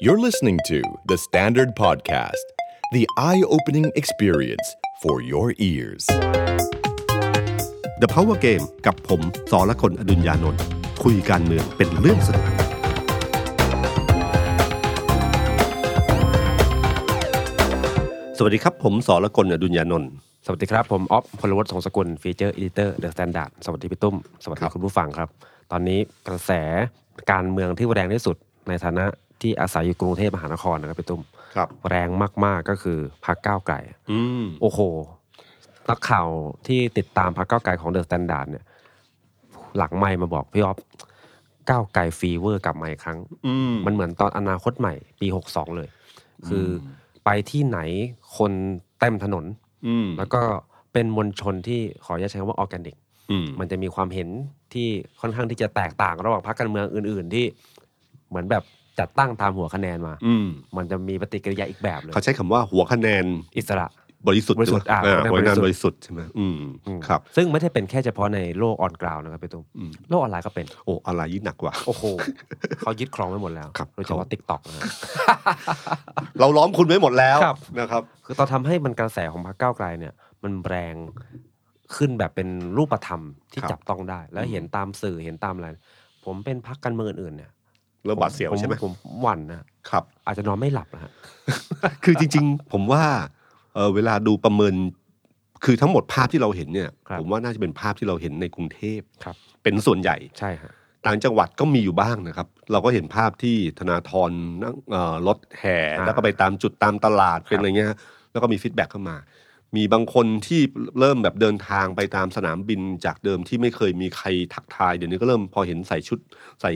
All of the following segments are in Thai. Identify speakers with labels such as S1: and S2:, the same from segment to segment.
S1: You're listening to The Standard Podcast, the eye opening experience for your ears.
S2: The Power Game กับผมสอละคนอดุญญานนท์คุยการเมืองเป็นเรื่องสนุกสวัสดีครับผมสอละคนอดุญญานนท์
S3: สวัสดีครับ ผมออฟพลวัตสงสกุลฟีเจอร์อดิเตอร์เดอะสแตนดาร์ดสวัสดีพี่ตุ้ม สวัสดีคุณผู้ฟังครับ ตอนนี้กระแสการเมืองที่แรงที่สุดในฐานะที่อาศัยอยู่กรุงเทพมหานครนะครับพี่ตุ้ม
S2: ครับ
S3: แรงมาก ๆ ก็คือพรรคก้าวไกล
S2: อืม
S3: โอ้โห นักข่าวที่ติดตามพรรคก้าวไกลของเดอะสแตนดาร์ดเนี่ย หลังไม่มาบอกพี่ออฟก้าวไกลฟีเวอร์กลับมาอีกครั้ง
S2: อืม
S3: มันเหมือนตอนอนาคตใหม่ปี 62 เลย คืออไปที่ไหนคนเต็มถนน
S2: อืม
S3: แล้วก็เป็นมวลชนที่ขออนุญาตใช้คำว่าออร์แกนิก
S2: อืม
S3: มันจะมีความเห็นที่ค่อนข้างที่จะแตกต่างระหว่างพรรคการเมืองอื่น ๆ ที่เหมือนแบบจัดตั้งตามหัวคะแนนมา
S2: อืม
S3: มันจะมีปฏิกิริยาอีกแบบเลย
S2: เขาใช้คำว่าหัวคะแนน
S3: อิสระ
S2: บริสุทธิ์
S3: บริสุทธิ์อ่ะ
S2: ใช่ไหม
S3: หั
S2: หัวคะ
S3: วคะ
S2: แน
S3: แน
S2: น
S3: น
S2: บบ
S3: ริ
S2: ริ
S3: สุ
S2: สุท
S3: ทธิ์
S2: ธิ์ใช่ไหมอืม
S3: อืม
S2: ครับ
S3: ซึ่งไม่ได้เป็นแค่เฉพาะในโลกออนกราวนะครับพี่ตุ้ม
S2: อืม
S3: โลกออนไลน์ก็เป็น
S2: โอ้ออนไลน์ยิ่งหนักกว่า
S3: โอ้โห เขายึดครองไว้หมดแล้ว
S2: ครับ
S3: โดยเฉ
S2: เขา
S3: พาะติ๊กต็อกนะฮะ
S2: เราล้อมคุณไว้หมดแล้ว
S3: ครับ
S2: นะครับ
S3: คือตอนทำให้มันกระแสของพรรคก้าวไกลเนี่ย มันแรงขึ้นแบบเป็นรูปธรรมที่
S2: ครับ
S3: จับต้องได้ แล้วเห็นตามสื่อเห็นตามอะไรผมเป็นพรรคการเมืองอื่นๆเนี่ย
S2: เริ่มบาดเสียว
S3: ผ
S2: ใช่ไหม
S3: ผมหวั่นนะครับ อาจจะนอนไม่หลับนะฮะ
S2: คือจริงๆ ผมว่าเอ่อเวลาดูประเมิน คือทั้งหมดภาพที่เราเห็นเนี่ย
S3: ครับ
S2: ผมว่าน่าจะเป็นภาพที่เราเห็นในกรุงเทพ
S3: ครับ
S2: เป็นส่วนใหญ่
S3: ใช่ฮะ
S2: ต่างจังหวัดก็มีอยู่บ้างนะครับ เราก็เห็นภาพที่ธนาธรนั่งเอ่อรถแห่
S3: อ่า
S2: แล้วก็ไปตามจุดตามตลาดเป็นอะไรเงี้ยฮะแล้วก็มีฟีดแบ็กเข้ามา มีบางคนที่เริ่มแบบเดินทางไปตามสนามบินจากเดิมที่ไม่เคยมีใครทักทาย เดี๋ยวนี้ก็เริ่มพอเห็นใส่ชุดใส่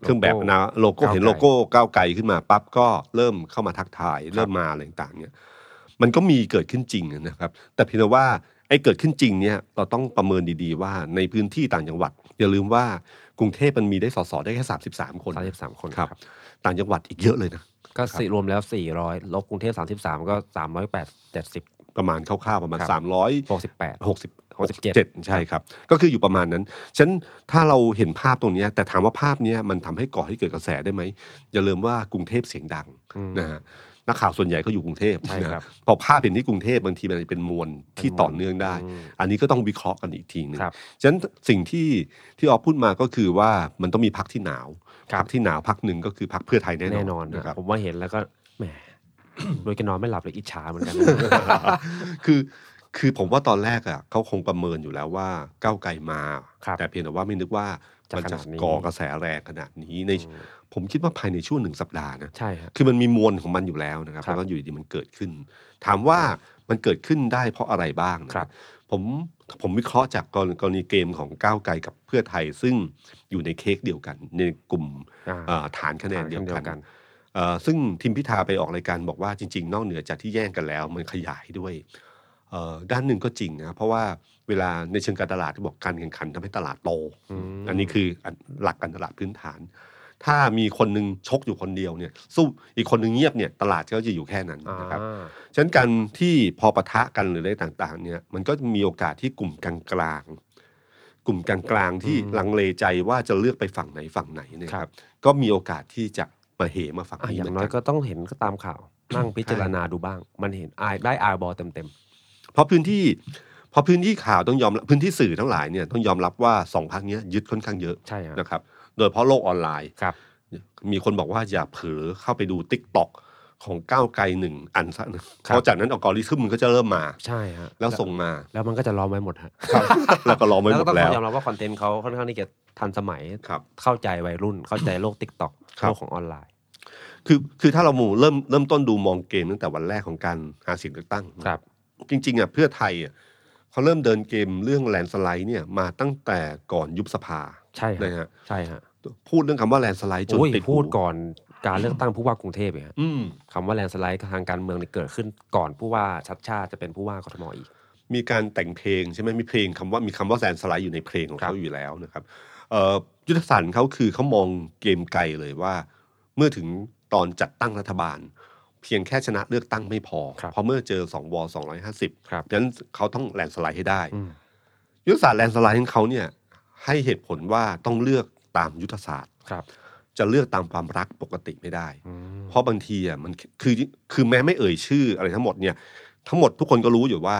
S2: เครื่องแบบนะโลโก้
S3: ก้าวไกล
S2: เห็นโลโก้ก้าวไกลขึ้นมาปั๊บก็เริ่มเข้ามาทักทาย เริ่มมาอะไรต่างๆเนี่ย มันก็มีเกิดขึ้นจริงนะครับ แต่เพียงแต่ว่าไอ้เกิดขึ้นจริงเนี่ยเราต้องประเมินดีๆว่าในพื้นที่ต่างจังหวัด อย่าลืมว่ากรุงเทพมันมีได้สสได้แค่ 33 คน
S3: สามสิบสามคน
S2: ครับ ต่างจังหวัดอีกเยอะเลยนะ
S3: ก็สี่รวมแล้วสี่ร้อยลบกรุงเทพสามสิบสามก็สามร้อยแปดเจ็ดสิบ
S2: ประมาณคร่าวๆประมาณ
S3: ครับ
S2: 300
S3: หกสิบแปด
S2: หกสิบ
S3: หกสิบเจ็ด
S2: ใช่ครับ ก็คืออยู่ประมาณนั้น ฉะนันถ้าเราเห็นภาพตรงเนี้ยแต่ถามว่าภาพเนี้ยมันทำให้ก่อให้เกิดกระแสได้ไหมอย่าลืมว่ากรุงเทพเสียงดังนะฮะนักข่าวส่วนใหญ่ก็อยู่กรุงเทพ
S3: ใช่
S2: นะครับ พอภาพเห็นที่กรุงเทพบางทีมันอาจจะเป็นมวลที่ต่อเนื่องได้
S3: อืม
S2: อันนี้ก็ต้องวิเคราะห์กันอีกทีหนึง
S3: ครับ
S2: ฉะนั้นสิ่งที่ที่ออฟพูดมาก็คือว่ามันต้องมีพักที่หนาว
S3: ครับ
S2: พัที่หนาวพักหนึ่งก็คือพักเพื่อไทยแน่นอน
S3: แน่นอน
S2: นะครับ
S3: ผมว่าเห็นแล้วก็แหม โดยกันนอนไม่หลับเลยอิจฉาเหมือนกัน
S2: คือคือผมว่าตอนแรกอ่ะเขาคงประเมินอยู่แล้วว่าก้าวไกลมา
S3: ครับ
S2: แต่เพียงแต่ว่าไม่นึกว่า
S3: จะ
S2: มัน
S3: ข
S2: จะ
S3: นาดนี้
S2: ก่อกระแสแรงขนาดนี้ในผมคิดว่าภายในช่วงหนึ่งสัปดาห์นะ
S3: ใช่ฮะ
S2: คือมันมีมวลของมันอยู่แล้วนะครับ
S3: ครับ
S2: แล้วก็อยู่ดีๆมันเกิดขึ้น ถามว่ามันเกิดขึ้นได้เพราะอะไรบ้างนะครับ ผมผมวิเคราะห์จากกรกรณีเกมของก้าวไกลกับเพื่อไทยซึ่งอยู่ในเค้กเดียวกัน ในกลุ่ม
S3: อ่า
S2: เอ่อฐานคะแนนเดียวกั
S3: ฐาน นคะแนนเดียวกัน
S2: เอ่อซึ่งทิมพิธาไปออกรายการบอกว่าจริง ๆ นอกเหนือจากที่แย่งกันแล้ว มันขยายด้วยเอ่อด้านหนึ่งก็จริงนะเพราะว่าเวลาในเชิงการตลาดที่บอกการแข่งขันทำให้ตลาดโต
S3: อืม
S2: อันนี้คืออันหลักการตลาดพื้นฐาน ถ้ามีคนหนึงชกอยู่คนเดียวเนี่ยสู้อีกคนหนึงเงียบเนี่ยตลาดก็จะอยู่แค่นั้น
S3: อ่า
S2: นะครับ ฉะนั้นการที่พอปะทะกันหรืออะไรต่างๆเนี่ยมันก็มีโอกาสที่กลุ่มกลางๆกลุ่มกลางๆที่ลังเลใจว่าจะเลือกไปฝั่งไหนฝั่งไหนเนยครับ ก็มีโอกาสที่จะมาเหมาฝั่ง
S3: อ่ะ
S2: นี้
S3: อ
S2: เห
S3: ย่า
S2: มือน
S3: งน้อย
S2: กัน
S3: ก็ต้องเห็นก็ตามข่าว นั่งพิจารณาดูบ้าง มันเห็นอายได้อายบอเต็มเต็ม
S2: เพราะพื้นที่เพราะพื้นที่ข่าวต้องยอมรับพื้นที่สื่อทั้งหลายเนี่ยต้องยอมรับว่าสองพักเนี้ยยึดค่อนข้างเยอะ
S3: ๆใช่ฮะ
S2: นะครับ โดยเฉพราะโลกออนไลน์
S3: ครับ
S2: มีคนบอกว่าอย่าเผลอเข้าไปดูติ๊กต็อกของก้าวไกลหนึ่งอันซะนะครับ เพราะจากนั้นอัลกอริทึมมันก็จะเริ่มมา
S3: ใช่ฮะ
S2: แล้วส่งมา
S3: แล้วมันก็จะล้อมไว้หมดฮะ
S2: แล้วก็รอไม่หมด
S3: ต้อง
S2: แล้
S3: ข
S2: ว
S3: อยอมรับว่าคอนเทนต์เขาค่อนข้างที่จะทันสมัย
S2: ครับ
S3: เข้าใจวัยรุ่น เข้าใจโลกติ๊กต็อก
S2: ครับ
S3: โลกของออนไลน์
S2: คือคือถ้าเรามูเริ่มเริ่มต้นดูมองเกมตั้งแต่วันแรกของการหาเสียงเลือกตั้ง
S3: ครับ
S2: จริงๆอ่ะเพื่อไทยอ่ะเขาเริ่มเดินเกมเรื่องแลนสไลด์เนี่ยมาตั้งแต่ก่อนยุบสภา
S3: ใช่ฮะ
S2: นะฮะ
S3: ใช่ฮะ
S2: พูดเรื่องคำว่าแลนสไลด์จน
S3: โอ้ย
S2: ติดหู
S3: พูดก่อนการเลือกตั้งผู้ว่ากรุงเทพเองฮะ
S2: อืม
S3: คำว่าแลนสไลด์ทางการเมืองเนี่ยเกิดขึ้นก่อนผู้ว่าชัดชาติจะเป็นผู้ว่ากทมอีก
S2: มีการแต่งเพลงใช่ไหมมีเพลงคำว่ามีคำว่าแลนสไลด์อยู่ในเพลงของ
S3: ครับ
S2: เขาอยู่แล้วนะครับเอ่อยุทธศาสตร์ของเขาคือเขามองเกมไกลเลยว่า เมื่อถึงตอนจัดตั้งรัฐบาล เพียงแค่ชนะเลือกตั้งไม่พอเพราะเมื่อเจอสองวสองร้อยห้าสิบ
S3: ครับ
S2: ฉะนั้นเขาต้องแลนสไลด์ให้ได้
S3: อืม
S2: ยุทธศาสตร์แลนด์สไลด์ของเขาเนี่ยให้เหตุผลว่าต้องเลือกตามยุทธศาสตร์
S3: ครับ
S2: จะเลือกตามความรักปกติไม่ได้
S3: อืม
S2: พ ราะบางทีอ่ะมันคือคือแม้ไม่เอ่ยชื่ออะไรทั้งหมดเนี่ย ทั้งหมดทุกคนก็รู้อยู่ว่า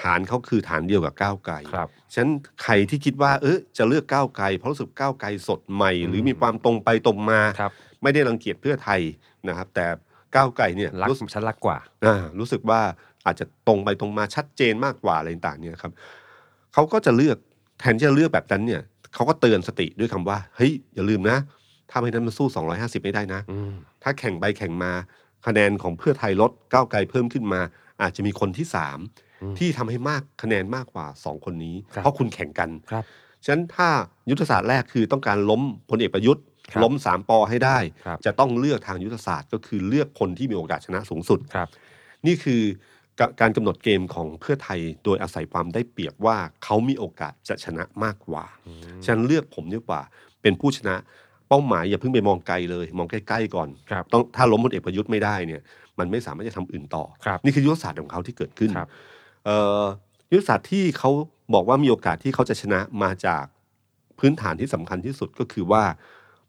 S2: ฐานเขาคือฐานเดียวกับก้าวไกล
S3: ครับ
S2: ฉะนันใครที่คิดว่า เออจะเลือกก้าวไกลเพราะรู้สึกก้าวไกลสดใหม่ หรือมีความตรงไปตรงมา
S3: ครับ
S2: ไม่ได้รังเกียจเพื่อไทยนะครับ แต่ก้าวไกลเนี่ย
S3: รัก
S2: รู้สึก
S3: ฉันรักกว่า
S2: อ่ารู้สึกว่าอาจจะตรงไปตรงมาชัดเจนมากกว่าอะไรต่างๆเนี่ยครับเขาก็จะเลือกแทนที่จะเลือกแบบนั้นเนี่ยเขาก็เตือนสติด้วยคำว่าเฮ้ยอย่าลืมนะ ถ้าไม่นั้นมันสู้ 250 ไม่ได้นะ
S3: อืม
S2: ถ้าแข่งไปแข่งมาคะแนนของเพื่อไทยลดก้าวไกลเพิ่มขึ้นมา อาจจะมีคนที่สาม
S3: อืม
S2: ที่ทำให้มากคะแนนมากกว่าสองคนนี้
S3: ครับ
S2: เพราะคุณแข่งกัน
S3: ครับ
S2: ฉะนั้นถ้ายุทธศาสตร์แรกคือต้องการล้มพลเอกประยุทธ์
S3: ครับ
S2: ล้มสามปอให้ได้
S3: ครับ
S2: จะต้องเลือกทางยุทธศาสตร์ ก็คือเลือกคนที่มีโอกาสชนะสูงสุด
S3: ครับ
S2: นี่คือกะการกำหนดเกมของเพื่อไทยโดยอาศัยความได้เปรียบว่าเขามีโอกาสจะชนะมากกว่า ฉันเลือกผมดีกว่า เป็นผู้ชนะ เป้าหมายอย่าเพิ่งไปมองไกลเลย มองใกล้ๆก่อน
S3: ครับ
S2: ต้องถ้าล้มพลเอกประยุทธ์ไม่ได้เนี่ย มันไม่สามารถจะทำอื่นต่อ
S3: ครับ
S2: นี่คือยุทธศาสตร์ของเขาที่เกิดขึ้น
S3: ครับ
S2: เอ่อยุทธศาสตร์ที่เขาบอกว่ามีโอกาสที่เขาจะชนะมาจากพื้นฐานที่สำคัญที่สุดก็คือว่า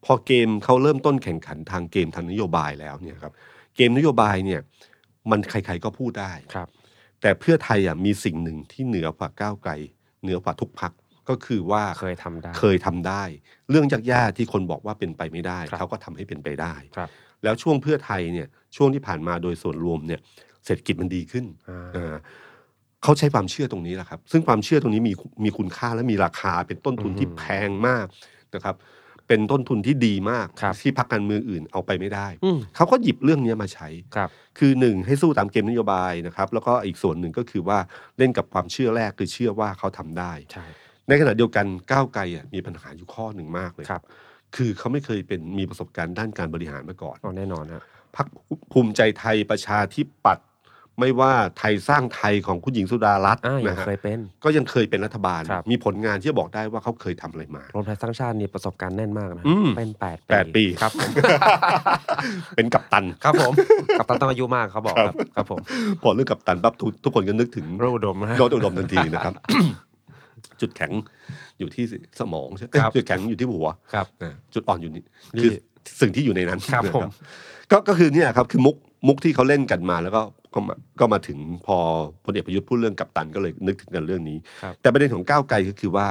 S2: พอเกมเขาเริ่มต้นแข่งขันทางเกมทางนโยบายแล้วเนี่ยครับเกมนโยบายเนี่ยมันใครๆก็พูดได้
S3: ครับ
S2: แต่เพื่อไทยอ่ะมีสิ่งหนึ่งที่เหนือกว่าก้าวไกลเหนือกว่าทุกพักก็คือว่า
S3: เคยทำได้
S2: เคยทำได้ เรื่องยากๆที่คนบอกว่าเป็นไปไม่ได้
S3: ครับ
S2: เขาก็ทำให้เป็นไปได้
S3: ครับ
S2: แล้วช่วงเพื่อไทยเนี่ยช่วงที่ผ่านมาโดยส่วนรวมเนี่ยเศรษฐกิจมันดีขึ้น
S3: อ่า
S2: เออเขาใช้ความเชื่อตรงนี้แหละครับ ซึ่งความเชื่อตรงนี้มีมีคุณค่าและมีราคาเป็นต้นทุนที่แพงมากนะครับ เป็นต้นทุนที่ดีมาก
S3: ครับ
S2: ที่พรรคการเมืองอื่นเอาไปไม่ได้
S3: อืม
S2: เขาก็หยิบเรื่องนี้มาใช้
S3: ครับ
S2: คือหนึ่งให้สู้ตามเกมนโยบายนะครับ แล้วก็อีกส่วนหนึ่งก็คือว่าเล่นกับความเชื่อแรกคือเชื่อว่าเขาทำได้
S3: ใช่
S2: ในขณะเดียวกันก้าวไกลอ่ะมีปัญหาอยู่ข้อหนึ่งมากเลย
S3: ครับ
S2: คือเขาไม่เคยเป็นมีประสบการณ์ด้านการบริหารมาก่อน
S3: เอาแน่นอนฮะ
S2: พักภูมิใจไทยประชาธิปัตย์ไม่ว่าไทยสร้างไทยของคุณหญิงสุดารัตน์
S3: อ่ายัง
S2: นะฮะ
S3: เคยเป็น
S2: ก็ยังเคยเป็นรัฐบาล
S3: ครับ
S2: มีผลงานที่จะบอกได้ว่าเขาเคยทำอะไรมา
S3: รวมไทยสร้างชาตินี่ประสบการณ์แน่นมากนะ
S2: อืม
S3: เป็นแปดปี
S2: แปดปี
S3: ครับ
S2: เป็นกัปตัน
S3: ครับ ผม กับตันต้องอายุมากเขาบอกครับ ครับผม
S2: พอเรื่องกัปตันปั๊บทุกทุกคนก็นึกถึง
S3: โรคอุดมนะฮะ
S2: โดนอุดมทันทีนะครับ จุดแข็งอยู่ที่สมองใช่ไหม
S3: ครับ
S2: จุดแข็งอยู่ที่หัว
S3: ครับ
S2: นะจุดอ่อนอยู่นี่
S3: นี่
S2: คือสิ่งที่อยู่ในนั้น
S3: ครับ
S2: นะ
S3: ผม
S2: ก็ก็คือเนี่ยครับคือมุกมุกที่เขาเล่นกันมาแล้วก็ก็มาก็มาถึงพอพลเอกประยุทธ์พูดเรื่องกัปตันก็เลยนึกถึงกันเรื่องนี้
S3: ครับ
S2: แต่ประเด็นของก้าวไกลก็คือว่า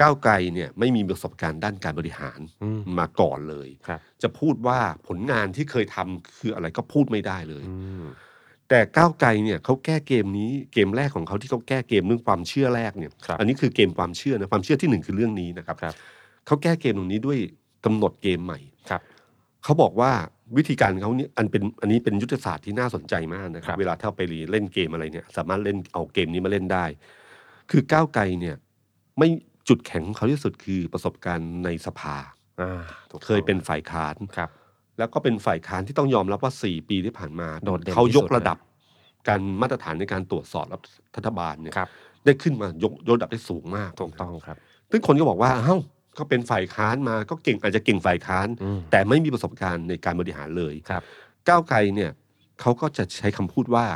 S2: ก้าวไกลเนี่ยไม่มีประสบการณ์ด้านการบริหาร
S3: อืม
S2: มาก่อนเลย
S3: ครับ
S2: จะพูดว่าผลงานที่เคยทำคืออะไรก็พูดไม่ได้เลย
S3: อืม
S2: แต่ก้าวไกลเนี่ยเขาแก้เกมนี้เกมแรกของเขาที่เขาแก้เกมเรื่องความเชื่อแรกเนี่ย
S3: ครับ
S2: อันนี้คือเกมความเชื่อนะความเชื่อที่หนึ่งคือเรื่องนี้นะครับ
S3: ครับ
S2: เขาแก้เกมตรงนี้ด้วยกำหนดเกมใหม่
S3: ครับ
S2: เขาบอกว่าวิธีการเขาเนี่ยอันเป็นอันนี้เป็นยุทธศาสตร์ที่น่าสนใจมากนะค
S3: ครั
S2: รับ
S3: บ
S2: เวลาถ้าไปเล่นเกมอะไรเนี่ย สามารถเล่นเอาเกมนี้มาเล่นได้ คือก้าวไกลเนี่ย ไม่จุดแข็งของเขาที่สุดคือประสบการณ์ในสภา
S3: อ่าถูกต้อง
S2: เคยเป็นฝ่ายค้าน
S3: ครับ
S2: แล้วก็เป็นฝ่ายค้านที่ต้องยอมรับว่า 4 ปีที่ผ่านมา
S3: โดดเด่น
S2: เขายก
S3: ที่สุด
S2: ระดับ การมาตรฐานในการตรวจสอบรัฐบาลเนี่ย
S3: ครับ
S2: ได้ขึ้นมายกยกระดับได้สูงมาก
S3: ถูกต้องครับ
S2: ซึ่งคนก็บอกว่าเอ้าก็เป็นฝ่ายค้านมาก็เก่งอาจจะเก่งฝ่ายค้าน
S3: อืม
S2: แต่ไม่มีประสบการณ์ในการบริหารเลย
S3: ครับ
S2: ก้าวไกลเนี่ยเขาก็จะใช้คำพูดว่า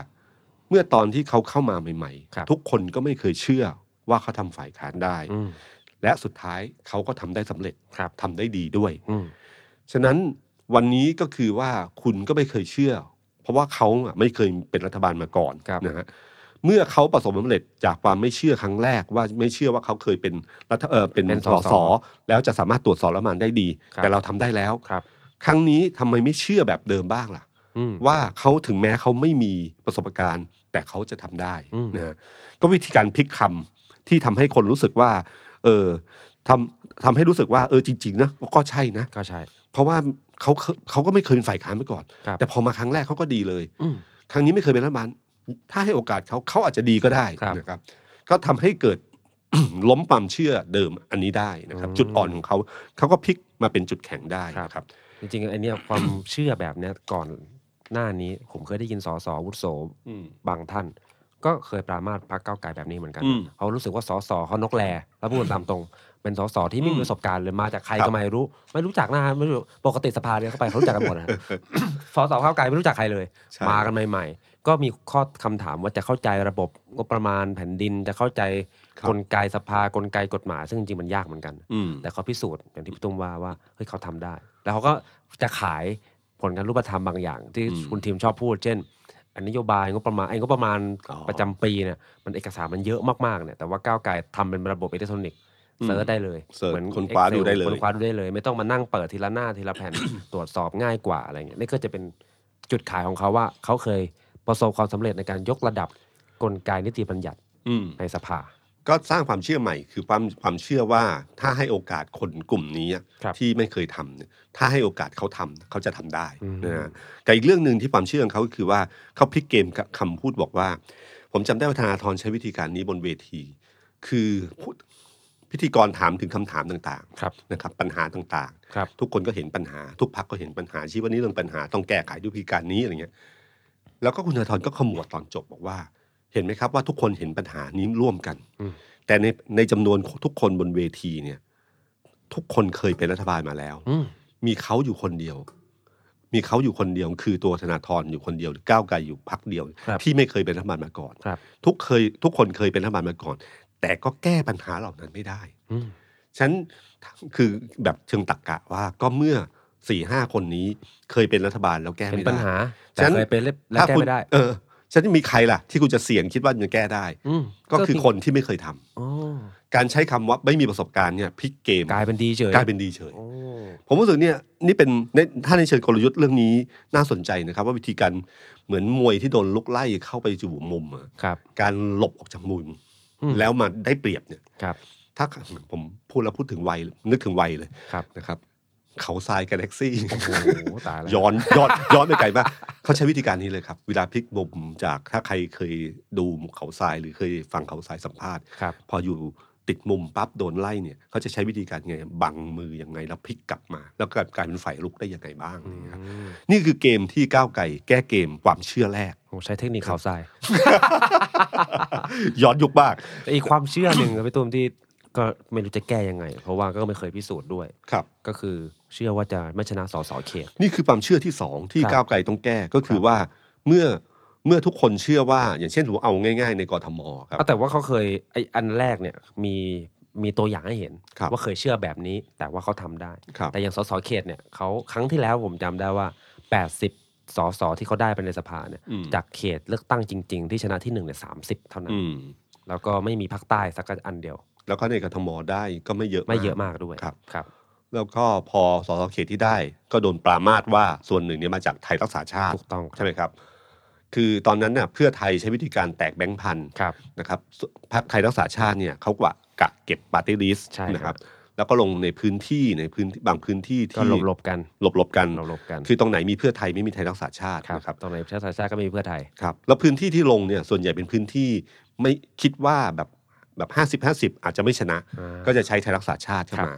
S2: เมื่อตอนที่เขาเข้ามาใหม่
S3: ครับ
S2: ๆ ทุกคนก็ไม่เคยเชื่อว่าเขาทำฝ่ายค้านได้
S3: อืม
S2: และสุดท้ายเขาก็ทำได้สำเร็จ
S3: ครับ
S2: ทำได้ดีด้วย
S3: อืม
S2: ฉะนั้นวันนี้ก็คือว่าคุณก็ไม่เคยเชื่อ เพราะว่าเขาอะไม่เคยเป็นรัฐบาลมาก่อน
S3: ครับ
S2: นะฮะเมื่อเขาประสบความสำเร็จจากความไม่เชื่อครั้งแรกว่าไม่เชื่อว่าเขาเคยเป็นรัฐเออเป็น
S3: เป็นส
S2: ส
S3: ส
S2: สแล้วจะสามารถตรวจสอบรัฐบาลได้ดี
S3: ครับ
S2: แต่เราทำได้แล้ว
S3: ครับ
S2: ครั้งนี้ทำไมไม่เชื่อแบบเดิมบ้างล่ะ
S3: อืม
S2: ว่าเขาถึงแม้เขาไม่มีประสบการณ์ แต่เขาจะทำได้
S3: อืม
S2: นะฮะก็วิธีการพลิกคำที่ทำให้คนรู้สึกว่า เออทำทำให้รู้สึกว่าเออจริงๆนะก็ใช่นะ
S3: ก็ใช่
S2: เพราะว่าเขาเคเขาก็ไม่เคยเป็นฝ่ายค้านมาก่อน
S3: ครับ
S2: แต่พอมาครั้งแรกเขาก็ดีเลย
S3: อืม
S2: ครั้งนี้ไม่เคยเป็นรัฐบาลถ้าให้โอกาสเขาเขาอาจจะดีก็ได้
S3: ครับ
S2: นะครับ ก็ทำให้เกิด ล้มความเชื่อเดิมอันนี้ได้นะครับ
S3: อืม
S2: จุดอ่อนของเขาเขาก็พลิกมาเป็นจุดแข็งได้
S3: ครับ
S2: นะครับ
S3: จริงๆไอเนี้ยความ เชื่อแบบเนี้ยก่อนหน้านี้ผมเคยได้ยินสสวุฒิโส
S2: อืม
S3: บางท่าน ก็เคยปรามาสพักเก้าวไกลแบบนี้เหมือนกัน
S2: อืม
S3: เขารู้สึกว่าสสเขานกแลแล้วพูดตามตรง เป็นสสที่ไม่มีประสบการณ์เลยมาจากใคร
S2: ครับ
S3: ก็ไม่รู้ ไม่รู้จักหน้าไม่รู้ปกติสภาเนี่ยเข้าไปเขารู้จักกันหมดนะ สสก้าวไกลไม่รู้จักใครเลย
S2: ใช่
S3: มากันใหม่ ๆ ก็มีข้อคำถามว่าจะเข้าใจระบบงบประมาณแผ่นดินจะเข้าใจ
S2: ครับ
S3: กลไกสภากลไกกฎหมายซึ่งจริงๆมันยากเหมือนกัน
S2: อืม
S3: แต่เขาพิสูจน์อย่างที่พี่ตุ้มว่าว่าเฮ้ยเขาทำได้ แล้วเขาก็จะขาย ผลการรูปธรรมบางอย่าง ที่
S2: อืม
S3: คุณทีมชอบพูด เช่นอันนโยบายงบประมาณไอ้งบประมาณ
S2: อ๋อ
S3: ประจำปีเนี่ยมันเอกสารมันเยอะมากๆเนี่ยแต่ว่าก้าวไกลทำเป็นระบบอิเล็กทรอนิกส์
S2: อืม
S3: เซิร์ชได้เลย
S2: เสิร์ช
S3: เหมือ
S2: ค้นคว้า
S3: Excel
S2: ดูได้เลย
S3: ค้นคว้าดูได้เลย ไม่ต้องมานั่งเปิดทีละหน้าทีละแผ่น ตรวจสอบง่ายกว่าอะไรเงี้ยนี่ก็จะเป็นจุดขายของเขาว่าเขาเคยประสบความสำเร็จในการยกระดับกลไกนิติบัญญัติ
S2: อืม
S3: ในสภา
S2: ก็สร้างความเชื่อใหม่ คือความความเชื่อว่าถ้าให้โอกาสคนกลุ่มนี้อะ
S3: ครับ
S2: ที่ไม่เคยทำเนี่ยถ้าให้โอกาสเขาทำเขาจะทำได้
S3: อืม
S2: นะฮะกับอีกเรื่องหนึ่งที่ความเชื่อของเขาก็คือว่าเขาพลิกเกมกับคำพูดบอกว่า ผมจำได้ว่าธนาธรใช้วิธีการนี้บนเวที คือพูดพิธีกรถามถึงคำถามต่าง
S3: ครับ
S2: ๆนะครับปัญหาต่าง
S3: ครับ
S2: ๆ ทุกคนก็เห็นปัญหา ทุกพักก็เห็นปัญหาชี้ว่านี่เรื่องปัญหาต้องแก้ไขด้วยวิธีการนี้อะไรเงี้ยแล้วก็คุณธนาธรก็ขมวดตอนจบบอกว่า เห็นไหมครับว่าทุกคนเห็นปัญหานี้ร่วมกัน
S3: อืม
S2: แต่ในในจำนวนทุกคนบนเวทีเนี่ย ทุกคนเคยเป็นรัฐบาลมาแล้ว
S3: อืม
S2: มีเขาอยู่คนเดียว มีเขาอยู่คนเดียว คือตัวธนาธรอยู่คนเดียวหรือก้าวไกลอยู่พักเดียว
S3: ครับ
S2: ที่ไม่เคยเป็นรัฐบาลมาก่อน
S3: ครับ
S2: ทุกเคย ทุกคนเคยเป็นรัฐบาลมาก่อน แต่ก็แก้ปัญหาเหล่านั้นไม่ได้
S3: อืม
S2: ฉะนันคือแบบเชิงตรกกะว่าก็เมื่อสี่ห้าคนนี้เคยเป็นรัฐบาลแล้วแก้
S3: เป็
S2: ไม่
S3: น
S2: ได้
S3: ปัญหาแต่
S2: ฉะนั้น
S3: เคยเป็นเล็บและแก้
S2: คุณ
S3: ไม่ได้
S2: เออฉันมีใครล่ะ ที่คุณจะเสี่ยงคิดว่าจะแก้ได้
S3: อืม
S2: ก็คือคนที่ไม่เคยทำ
S3: อ๋อ
S2: การใช้คำว่าไม่มีประสบการณ์เนี่ยพลิกเกม
S3: กลายเป็นดีเฉย
S2: กลายเป็นดีเฉย
S3: โอ้
S2: ผมรู้สึกเนี่ยนี่เป็นในถ้าในเชิงกลยุทธ์เรื่องนี้น่าสนใจนะครับ ว่าวิธีการเหมือนมวยที่โดนลุกไล่เข้าไปจู่มุมอะ
S3: ครับ
S2: การหลบออกจากมุม
S3: อืม
S2: แล้วมาได้เปรียบเนี่ย
S3: ครับ
S2: ถ้าผมพูดแล้วพูดถึงวัยนึกถึงวัยเลย
S3: ครับ
S2: นะครับ เขาทรายกาแล็กซี่
S3: โอ้โหตายแล้ว
S2: ย้อนย้อนย้อนไปไกลมากเขาใช้วิธีการนี้เลยครับ เวลาพลิกมุมจากถ้าใครเคยดูเขาทรายหรือเคยฟังเขาทรายสัมภาษณ์
S3: ครับ
S2: พออยู่ติดมุมปั๊บโดนไล่เนี่ยเขาจะใช้วิธีการไงบังมือยังไงแล้วพลิกกลับมา แล้วกกลายเป็นฝ่ายลุกได้ยังไงบ้างนี่ครับนี่คือเกมที่ก้าวไก่แก้เกมความเชื่อแรก
S3: ผมใช้เทคนิคข่าวทราย
S2: ย้อนยุคบ้าง
S3: แต่อีกความเชื่อหนึ่งครับพี่ตุ้มที่ก็ไม่รู้จะแก้ยังไง เพราะว่าก็ไม่เคยพิสูจน์ด้วย
S2: ครับ
S3: ก็คือเชื่อว่าจะไม่ชนะสสเขต
S2: นี่คือความเชื่อที่สองที่
S3: ครับ
S2: ก้าวไกลต้องแก้ก็คือว่าเมื่อเมื่อทุกคนเชื่อว่า อย่างเช่นผมเอาง่าย ๆ ในกรทมครับ
S3: ะแต่ว่าเขาเคยไออันแรกเนี่ยมีมีตัวอย่างให้เห็น
S2: ครับ
S3: ว่าเคยเชื่อแบบนี้ แต่ว่าเขาทำได้
S2: ครับ
S3: แต่อย่างสสเขตเนี่ยเขาครั้งที่แล้วผมจำได้ว่า 80สสที่เขาได้ไปในสภาเนี่ย
S2: อืม
S3: จากเขตเลือกตั้งจริง ๆ ที่ชนะที่หนึ่งเนี่ยสาเท่านั้น
S2: อืม
S3: แล้วก็ไม่มีภาคใต้สักอันเดียว
S2: แล้วก็ในกรทมได้ก็ไม่เยอะ
S3: ไม่เยอะมากด้วย
S2: ครับ
S3: ครับ
S2: แล้วก็พอสสเขตที่ได้ ก็โดนปรามาสว่าส่วนหนึ่งเนี่ยมาจากไทยรักษาชาติ
S3: ถูกต้องค
S2: ใช่
S3: รับ
S2: ไหมครับ คือตอนนั้นน่ะเพื่อไทยใช้วิธีการแตกแบงค์พันธุ์
S3: ครับ
S2: นะครับสพรรคไทยรักษาชาติเนี่ยเขากะกะเก็บปาร์ตี้ลิสต์
S3: ใช่ครับ
S2: นะครับ แล้วก็ลงในพื้นที่ในพื้นที่บางพื้นที่
S3: ก็
S2: ที่
S3: หลบหลบๆกัน
S2: หลบหลบกัน
S3: หลบหลบๆกัน
S2: คือตรงไหนมีเพื่อไทยไม่มีไทยรักษาชาติ
S3: ครับ
S2: นะครับ
S3: ตรงไหนชาติชาติก็ไม่มีเพื่อไทย
S2: ครับ แล้วพื้นที่ที่ลงเนี่ยส่วนใหญ่เป็นพื้นที่ไม่คิดว่าแบบแบบห้าสิบห้าสิบอาจจะไม่ชนะ ก็จะใช้ไทยรักษาชาติเข้ามา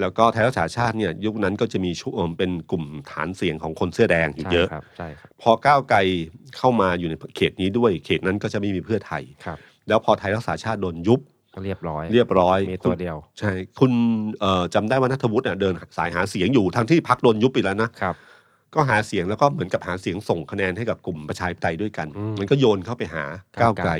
S2: แล้วก็ไทยรักษาชาติเนี่ยยุคนั้นก็จะมีช่วงเป็นกลุ่มฐานเสียงของคนเสื้อแดงอยู่
S3: ใช่
S2: เยอะ
S3: ครับใช่ครับ
S2: พอก้าวไกลเข้ามาอยู่ในเขตนี้ด้วยเขตนั้นก็จะไม่มีเพื่อไทย
S3: ครับ
S2: แล้วพอไทยรักษาชาติโดนยุบ
S3: ก็เรียบร้อย
S2: เรียบร้อย
S3: มีตัวเดียว
S2: ใช่คุณเอ่อจำได้ว่านัทวุฒิน่ะเดินสายหาเสียงอยู่ทั้งที่พักโดนยุบไปแล้วนะครับ ก็หาเสียงแล้วก็เหมือนกับหาเสียงส่งคะแนนให้กับกลุ่มประชาธิปไตยด้วยกัน
S3: อืม
S2: มันก็โยนเข้าไปหา
S3: ก้า
S2: ก้าว ว
S3: ไก
S2: ไก
S3: ล
S2: ล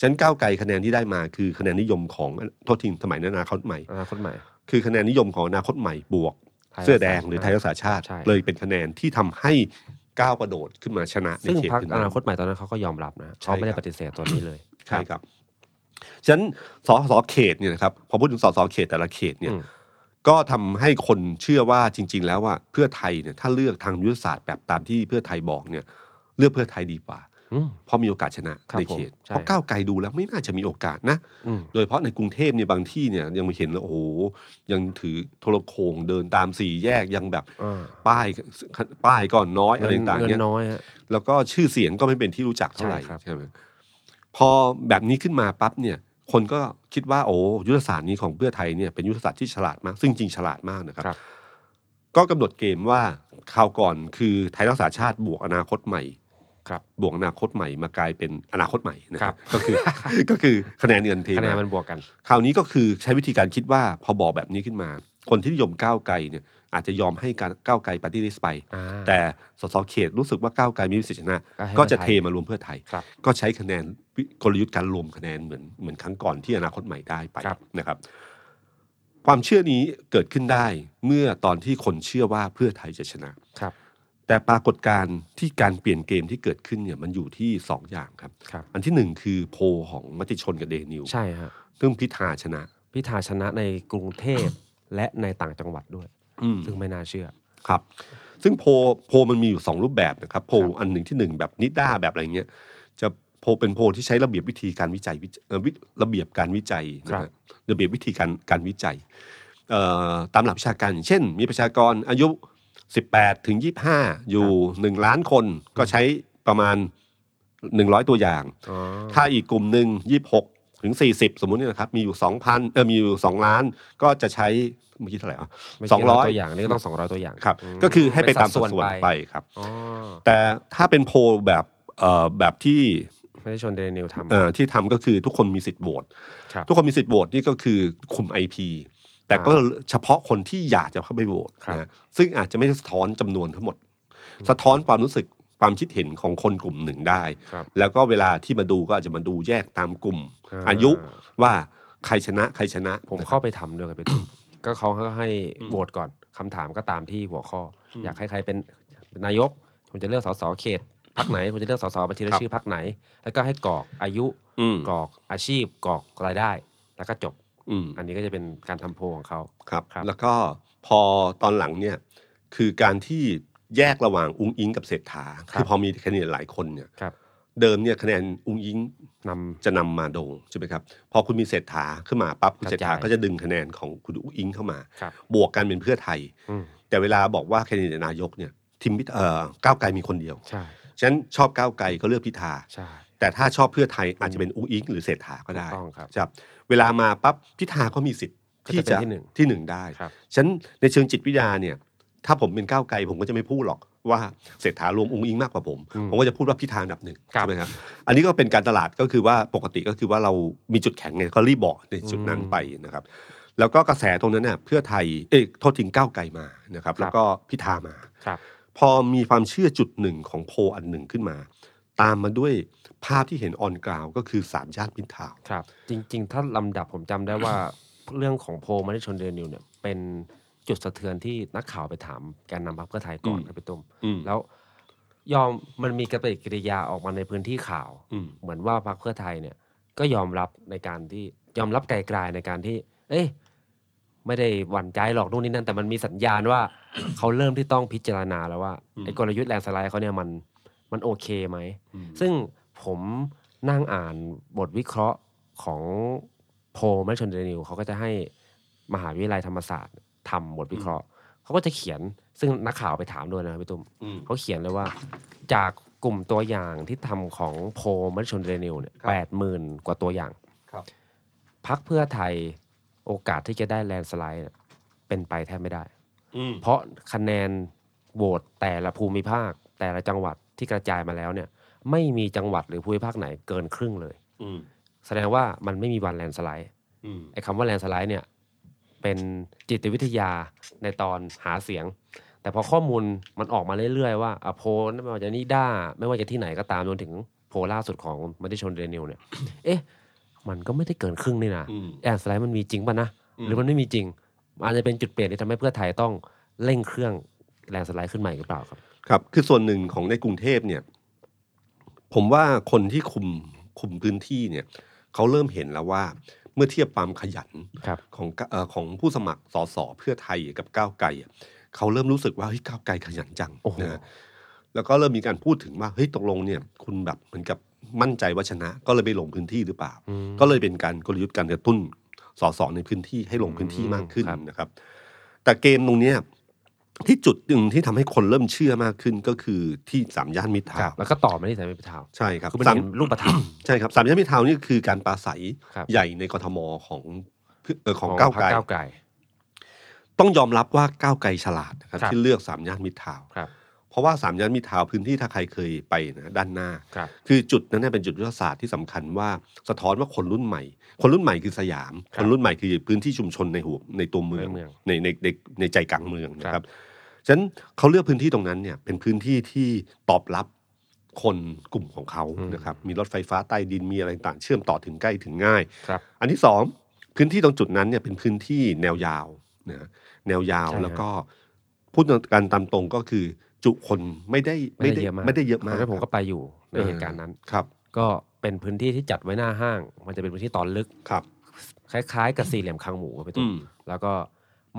S2: ฉะนันก้าวไกลคะแนนที่ได้มาคือคะแนนนิยมของโทษทีสมัยนั้นอนาคตใหม่
S3: อนาคตใหม่
S2: คือคะแนนนิยมของอนาคตใหม่บวก
S3: ไทยรักษา
S2: เสื้อแดงหรือไทยรักษาชาติ
S3: ใช่
S2: เลยเป็นคะแนนที่ทำให้ก้าวกระโดดขึ้นมาชนะใน
S3: ซึ่ง
S2: เขต
S3: พรรค
S2: ขึ้น
S3: อ
S2: มา
S3: นาคตใหม่ตอนนั้นเขาก็ยอมรับนะ
S2: ใช่
S3: เขาไม่ได้
S2: ครับ
S3: ปฏิเสธตัวนี้เลย
S2: ใช่ครับ ฉะนั้นสสเขตเนี่ยนะครับพอพูดถึงสสเขตแต่ละเขตเนี่ย
S3: อืม
S2: ก็ทำให้คนเชื่อว่าจริง ๆ แล้วว่าเพื่อไทยเนี่ยถ้าเลือกทางยุทธศาสตร์แบบตามที่เพื่อไทยบอกเนี่ย เลือกเพื่อไทยดีกว่า
S3: อืม
S2: เพราะมีโอกาสชนะครับ ในเขต
S3: ผมใช่
S2: เพราะก้าวไกลดูแล้วไม่น่าจะมีโอกาสนะ
S3: อืม
S2: โดยเฉพาะในกรุงเทพเนี่ยบางที่เนี่ยยังเห็นแล้วโอ้โหยังถือโทรโขงเดินตามสี่แยกยังแบบ
S3: อ่า
S2: ป้ายป้ายก่อนน้อยอะไรต่างๆ
S3: เงิ
S2: เนี่ย
S3: นน้อยฮะ
S2: แล้วก็ชื่อเสียงก็ไม่เป็นที่รู้จักเท่าไหร่
S3: ใช่ครับ
S2: ใช่ไหมพอแบบนี้ขึ้นมาปั๊บเนี่ย คนก็คิดว่าโอ้ยุทธศาสตร์นี้ของเพื่อไทยเนี่ยเป็นยุทธศาสตร์ที่ฉลาดมาก ซึ่งจริงฉลาดมากนะครับ
S3: ครับ
S2: ก็กำหนดเกมว่าคราวก่อนคือไทยรักษาชาติบวกอนาคตใหม่
S3: ครับ
S2: บวกอนาคตใหม่มากลายเป็นอนาคตใหม่นะค
S3: ครั
S2: รับบ ก็คือ ก็คือคะแนนเงินเท
S3: คะแนน
S2: มา
S3: มันบวกกัน
S2: คราวนี้ก็คือใช้วิธีการคิดว่าพอบอกแบบนี้ขึ้นมา คนที่นิยมก้าวไกลเนี่ยอาจจะยอมให้การก้าวไกลปฏิริสไป
S3: อ่า
S2: แต่สสเขตรู้สึกว่าก้าวไกลมีสิทธิชนะ
S3: ก็ให้
S2: ก็จะเท
S3: เพื่อไทย
S2: มารวมเพื่อไทย
S3: ครับ
S2: ก็ใช้คะแนนวิกลยุทธ์การรวมคะแนนเหมือนเหมือนครั้งก่อนที่อนาคตใหม่ได้ไป
S3: ครับ
S2: นะครับ ความเชื่อนี้เกิดขึ้นได้เมื่อตอนที่คนเชื่อว่าเพื่อไทยจะชนะ
S3: ครับ
S2: แต่ปรากฏการณ์ที่การเปลี่ยนเกมที่เกิดขึ้นเนี่ยมันอยู่ที่สองอย่างครับ
S3: ครับ
S2: อันที่หนึ่งคือโพลของมติชนกับเดนิว
S3: ใช่ฮะ
S2: ซึ่งพิธาชนะ
S3: พิธาชนะในกรุงเท พ และในต่างจังหวัดด้วย
S2: อืม
S3: ซึ่งไม่น่าเชื่อ
S2: ครับ ซึ่งโพลโพลมันมีอยู่ 2 รูปแบบนะครับ โพล
S3: ครับ
S2: อันหนึ่งที่หนึ่งแบบนิด้าแบบอะไรเงี้ย จะโพลเป็นโพลที่ใช้ระเบียบวิธีการวิจัยวิจเอ่อวิระเบียบการวิจัยนะ
S3: ครั
S2: ฮะ
S3: บ
S2: ระเบียบวิธีการการวิจัยเอ่อตามหลักวิชาการอย่างเช่น มีประชากรอายุ 18 ถึง 25 อยู่ 1 ล้านคนก็ใช้ประมาณ 100 ตัวอย่าง
S3: อ๋อ
S2: ถ้าอีกกลุ่มหนึ่ง26 ถึง 40 สมมุติเนี่ยนะครับ มีอยู่ 2,000เออมีอยู่ 2 ล้านก็จะใช้เมื่อกี้เท่าไหร่อ่ะ
S3: ไม่
S2: ส
S3: เกี่
S2: อง
S3: ว
S2: ร้อย
S3: กับตัวอย่างนี่ก็ต้องสองร้อยตัวอย่าง
S2: ครับ
S3: อืม
S2: ก็คือให้ไปตามสัด
S3: เน
S2: ส่วนไปครับ
S3: อ๋อ
S2: แต่ถ้าเป็นโพลแบบเอ่อแบบที่
S3: ไม่ได้ชนเดนิวท
S2: เอ่อที่ทำก็คือทุกคนมีสิทธิ์โหวต
S3: ครับ
S2: ทุกคนมีสิทธิ์โหวตนี่ก็คือคุม IP แต่ก็เฉพาะคนที่อยากจะเข้าไปโหวต
S3: ครับ
S2: นะฮะซึ่งอาจจะไม่ได้สะท้อนจำนวนทั้งหมด สะท้อนความรู้สึกความคิดเห็นของคนกลุ่มหนึ่งได้
S3: ำครับ
S2: แล้วก็เวลาที่มาดูก็อาจจะมาดูแยกตามกลุ่ม
S3: อ่า
S2: อายุว่าใครชนะใครชนะ
S3: ผม
S2: นะครับ
S3: เข้าไปทำด้วยกับพี่ตุ้ม ก็เขาก็ให้โหวตก่อนคำถามก็ตามที่หัวข้อออยากให้ใครเป็นนายกผมจะเลือกสสเขตพักไหนผมจะเลือกสสบัญชีรายชื่อพักไหน แล้วก็ให้กรอกอายุ
S2: อืม
S3: กรอกอาชีพกรอกรายได้ แล้วก็จบ
S2: อืม
S3: อันนี้ก็จะเป็นการทำโพลของเขา
S2: ครับ
S3: ครับ
S2: แล้วก็พอตอนหลังเนี่ยคือการที่แยกระหว่างอุ้งอิงกับเศรษฐา
S3: ครับ
S2: คือพอมีคะแนนหลายคนเนี่ย
S3: ครับ
S2: เดิมเนี่ยคะแนนอุ้งอิง
S3: นำ
S2: จะนำมาโดงใช่ไหมครับพอคุณมีเศรษฐาขึ้นมาปั๊บคุณ
S3: กระจา
S2: เศ
S3: ย
S2: รษฐาก็จะดึงคะแนนของคุณอุ้งอิงเข้ามา
S3: ครับ
S2: บวกกันเป็นเพื่อไทย
S3: อืม
S2: แต่เวลาบอกว่าแคนดิเดตนายกเนี่ยทีมพิธเอ่อก้าวไกลมีคนเดียว
S3: ใช่
S2: ฉะนั้นชอบก้าวไกลก็เลือกพิธา
S3: ใช่
S2: แต่ถ้าชอบเพื่อไทยอาจจะเป็นอุ้งอิงหรือเศรษฐาก็ได้
S3: ถูต้องครับ
S2: ครับเวลามาปั๊บพิธาก็มีสิทธิ์ที่
S3: ก็จะ
S2: จะ
S3: เป็นที่หนึ่ง
S2: ที่หนึ่งได้
S3: ครับ
S2: ฉะนันในเชิงจิตวิทยาเนี่ยถ้าผมเป็นก้าวไกลผมก็จะไม่พูดหรอกว่าเศรษฐารวมองค์อิงมากกว่าผม
S3: อืม
S2: ผมก็จะพูดว่าพิธาอันดับหนึ่ง
S3: ครับ
S2: ใช่ไหมครับอันนี้ก็เป็นการตลาดก็คือว่าปกติก็คือว่าเรามีจุดแข็งไงก็รีบบอกในจุดนั้น
S3: อืม
S2: ไปนะครับ แล้วก็กระแสตรงนั้นเนี่ยเพื่อไทยเอ้ยโทษทิ้งก้าวไกลมานะครับ
S3: ครับ
S2: แล้วก็พิธามา
S3: ครับ
S2: พอมีความเชื่อจุดหนึ่งของโพลอันหนึ่งขึ้นมา ตามมาด้วยภาพที่เห็นออนกราวก็คือสามย่านมิตรทาวน์
S3: ครับ จริง ๆ ถ้าลำดับผมจำได้ว่า เรื่องของโพลมาได้ชนเดนิวเนี่ยเป็นจุดสะเทือนที่นักข่าวไปถามแกนนำพรรคเพื่อไทยก่อนครับพี่ตุ้ม
S2: อืม
S3: แล้วยอมมันมีกระปฏิกิริยาออกมาในพื้นที่ข่าว
S2: อืม
S3: เหมือนว่าพรรคเพื่อไทยเนี่ย ก็ยอมรับในการที่ยอมรับไกลๆในการที่ เอ้ยไม่ได้หวั่นใจหรอกนู่นนี่นั่นแต่มันมีสัญญาณว่า เขาเริ่มที่ต้องพิจารณาแล้วว่า
S2: อืม
S3: ไอ้กลยุทธ์แรงสไลด์เขาเนี่ยมันมันโอเคไหม
S2: อืม
S3: ซึ่งผมนั่งอ่านบทวิเคราะห์ของโพลแมชชนเดนิวเขาก็จะให้มหาวิทยาลัยธรรมศาสตร์ทำบทวิเคราะห์ เขาก็จะเขียนซึ่งนักข่าวไปถามด้วยนะครับพี่ตุ้ม
S2: อืม
S3: เขาเขียนเลยว่าจากกลุ่มตัวอย่างที่ทำของโพลมัชชนเรนิวเนี่ย
S2: ครับ
S3: แปดหมื่นกว่าตัวอย่าง
S2: ครับ
S3: พักเพื่อไทยโอกาสที่จะได้แลนด์สไลด์เนี่ยเป็นไปแทบไม่ได้
S2: อืม
S3: เพราะคะแนนโหวตแต่ละภูมิภาค แต่ละจังหวัดที่กระจายมาแล้วเนี่ยไม่มีจังหวัดหรือภูมิภาคไหนเกินครึ่งเลย
S2: อืม
S3: แสดงว่ามันไม่มีวันแลนด์สไลด์
S2: อืม
S3: ไอ้คำว่าแลนสไลด์เนี่ยเป็นจิตวิทยาในตอนหาเสียง แต่พอข้อมูลมันออกมาเรื่อยๆ ว่าอ่ะโพลไม่ว่าจะนิด้าไม่ว่าจะที่ไหนก็ตามรวมถึงโพลล่าสุดของมัติชนเรนิวเนี่ย เอ๊ะ มันก็ไม่ได้เกินครึ่งนี่นะ
S2: อืม
S3: แอนสไลด์มันมีจริงป่ะนะ
S2: อืม
S3: หรือมันไม่มีจริงอาจจะเป็นจุดเปลี่ยนที่ทำให้เพื่อไทยต้องเร่งเครื่องแลนสไลด์ขึ้นใหม่หรือเปล่าครับ
S2: ครับคือส่วนหนึ่งของในกรุงเทพเนี่ย ผมว่าคนที่คุมคุมพื้นที่เนี่ยเขาเริ่มเห็นแล้วว่า เมื่อเทียบความขยัน
S3: ครับ
S2: ของกเอ่อของผู้สมัครสสเพื่อไทยกับก้าวไกลอะเขาเริ่มรู้สึกว่าเฮ้ยก้าวไกลขยันจัง
S3: โอ้โห
S2: นะฮะแล้วก็เริ่มมีการพูดถึงว่าเฮ้ยตกลงเนี่ย คุณแบบเหมือนกับมั่นใจว่าชนะ ก็เลยไปลงพื้นที่หรือเปล่า
S3: อืม
S2: ก็เลยเป็นการกลยุทธ์การกระตุ้นสสในพื้นที่ให้ลงพื้นที่มากขึ้น
S3: ครับ
S2: นะครับ แต่เกมตรงเนี้ยที่จุดหนึ่งที่ทำให้คนเริ่มเชื่อมากขึ้นก็คือที่สามย่านมิตรทา
S3: ครับ
S2: วน์
S3: แล้วก็ต่อมาที่สายเป็นทาวน์
S2: ใช่ครับ
S3: คือมัน
S2: สาม
S3: เห็นรูปธรรม
S2: ใช่ครับสามย่านมิตรทาวน์นี่คือการปราศัย
S3: ครับ
S2: ใหญ่ในกทมของเพื่อเอ่อของก้าวไกล
S3: พรรคก้าวไกล
S2: ต้องยอมรับว่าก้าวไกลฉลาดนะครับ
S3: ครับ
S2: ที่เลือกสามย่านมิตรทาวน์
S3: ครับ
S2: เพราะว่าสามย่านมิตรทาวน์พื้นที่ถ้าใครเคยไปนะด้านหน้า
S3: ครับ
S2: คือจุดนั้นเนยเป็นจุดยุทธศาสตร์ที่สำคัญว่าสะท้อนว่าคนรุ่นใหม่ คนรุ่นใหม่คือสยาม คนรุ่นใหม่คือพื้นที่ชุมชนในหัวในตัวเมือง
S3: ในเมือง
S2: ในในในในใจกลางเมืองนะครับฉะนั้นเขาเลือกพื้นที่ตรงนั้นเนี่ยเป็นพื้นที่ที่ตอบรับคนกลุ่มของเขา
S3: อืม
S2: นะครับ มีรถไฟฟ้าใต้ดินมีอะไรต่างเชื่อมต่อถึงใกล้ถึงง่าย
S3: ครับ
S2: อันที่สองพื้นที่ตรงจุดนั้นเนี่ยเป็นพื้นที่แนวยาวนะแนวยาว
S3: ใช่ฮะ
S2: แล้วก็พูดกันตามตรงก็คือ จุคนไม่ได้
S3: ไม่ได้เยอะมาก
S2: ไม่ได้เยอะมาก
S3: ตนนั้นผมก็ไปอยู่ในเหตุการณ์นั้น
S2: ครับ
S3: ก็เป็นพื้นที่ที่จัดไว้หน้าห้าง มันจะเป็นพื้นที่ตอนลึก
S2: ครับ
S3: คล้ายๆ กับสี่เหลี่ยมคางหมูครับพี่ตุ้
S2: อื
S3: ม
S2: ม
S3: แล้วก็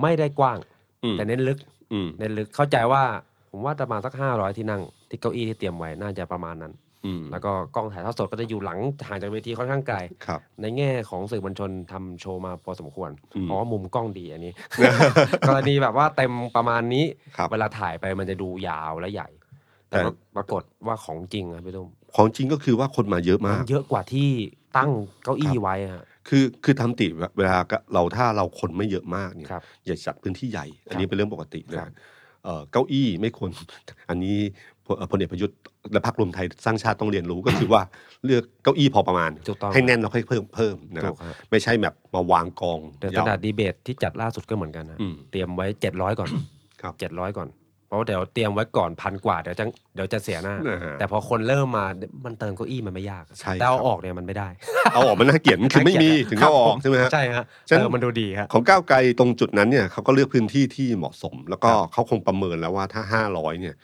S3: ไม่ได้กว้าง
S2: อืม
S3: แต่เน้นลึก
S2: อืม
S3: เน้นลึกเข้าใจว่า ผมว่าประมาณสักห้าร้อยที่นั่ง ที่เก้าอี้ที่เตรียมไว้น่าจะประมาณนั้น
S2: อืม
S3: แล้วก็กล้องถ่ายทอดสดก็จะอยู่หลังห่างจากเวทีค่อนข้างไกล
S2: ครับ
S3: ในแง่ของสื่อมวลชนทำโชว์มาพอสมควร
S2: อืม
S3: เพราะว่ามุมกล้องดีอันนี้ กรณีแบบว่าเต็มประมาณนี้
S2: ครับ
S3: เวลาถ่ายไปมันจะดูยาวและใหญ่ แต่
S2: แต่
S3: ปรากฏว่าของจริงอะพี่ตุ้ม
S2: ของจริงก็คือว่าคนมาเยอะ
S3: มั
S2: มาก
S3: นเยอะกว่าที่ตั้งเก้าอี้ไว้ฮะ
S2: คือคือทำติเวลาเราถ้าเราคนไม่เยอะมากเนี่ย
S3: ครับ
S2: อย่าจัดพื้นที่ใหญ่ อันนี้
S3: ครับ
S2: เป็นเรื่องปกตินะ
S3: ครั
S2: ฮะ
S3: บ
S2: เอ่อเก้าอี้ไม่ควร อันนี้พลพลเอกประยุทธ์และพรรครวมไทยสร้างชาติต้องเรียนรู้ก็คือว่าเลือกเก้าอี้พอประมาณ
S3: ถูกต้อง
S2: ให้แน่นแล้วค่อยเพิ่มเพิ่มนะค
S3: ถู
S2: รับ
S3: กครับ
S2: ไม่ใช่แบบมาวางกอง
S3: เดี๋ยว
S2: ยาว
S3: นาดดีเบตที่จัดล่าสุดก็เหมือนกันฮะ
S2: อืม
S3: เตรียมไว้เจ็ดร้อยก่อน
S2: ครับ
S3: เจ็ดร้อยก่อน เพราะว่าเดี๋ยวเตรียมไว้ก่อนพันกว่าเดี๋ยวจะเดี๋ยวจะเสียหน้า
S2: นะฮะ
S3: แต่พอคนเริ่มมามันเติมเก้าอี้มันไม่ยาก
S2: ใช่
S3: แต่เอา
S2: ครับ
S3: ออกเนี่ยมันไม่ได้
S2: เอาออกมันน่าเกลียดมันคือไม่มีถึง
S3: ครั
S2: เอา
S3: บ
S2: ออก
S3: ผ
S2: ใช่ไหมฮะ
S3: ใช่ฮะ
S2: ฉะนั้น
S3: เออมันดูดีฮะ
S2: ของก้าวไกลตรงจุดนั้นเนี่ยเขาก็เลือกพื้นที่ที่เหมาะสม แล้วก็เขาคงประเมินแล้วว่าถ้าห้าร้อยเนี่ย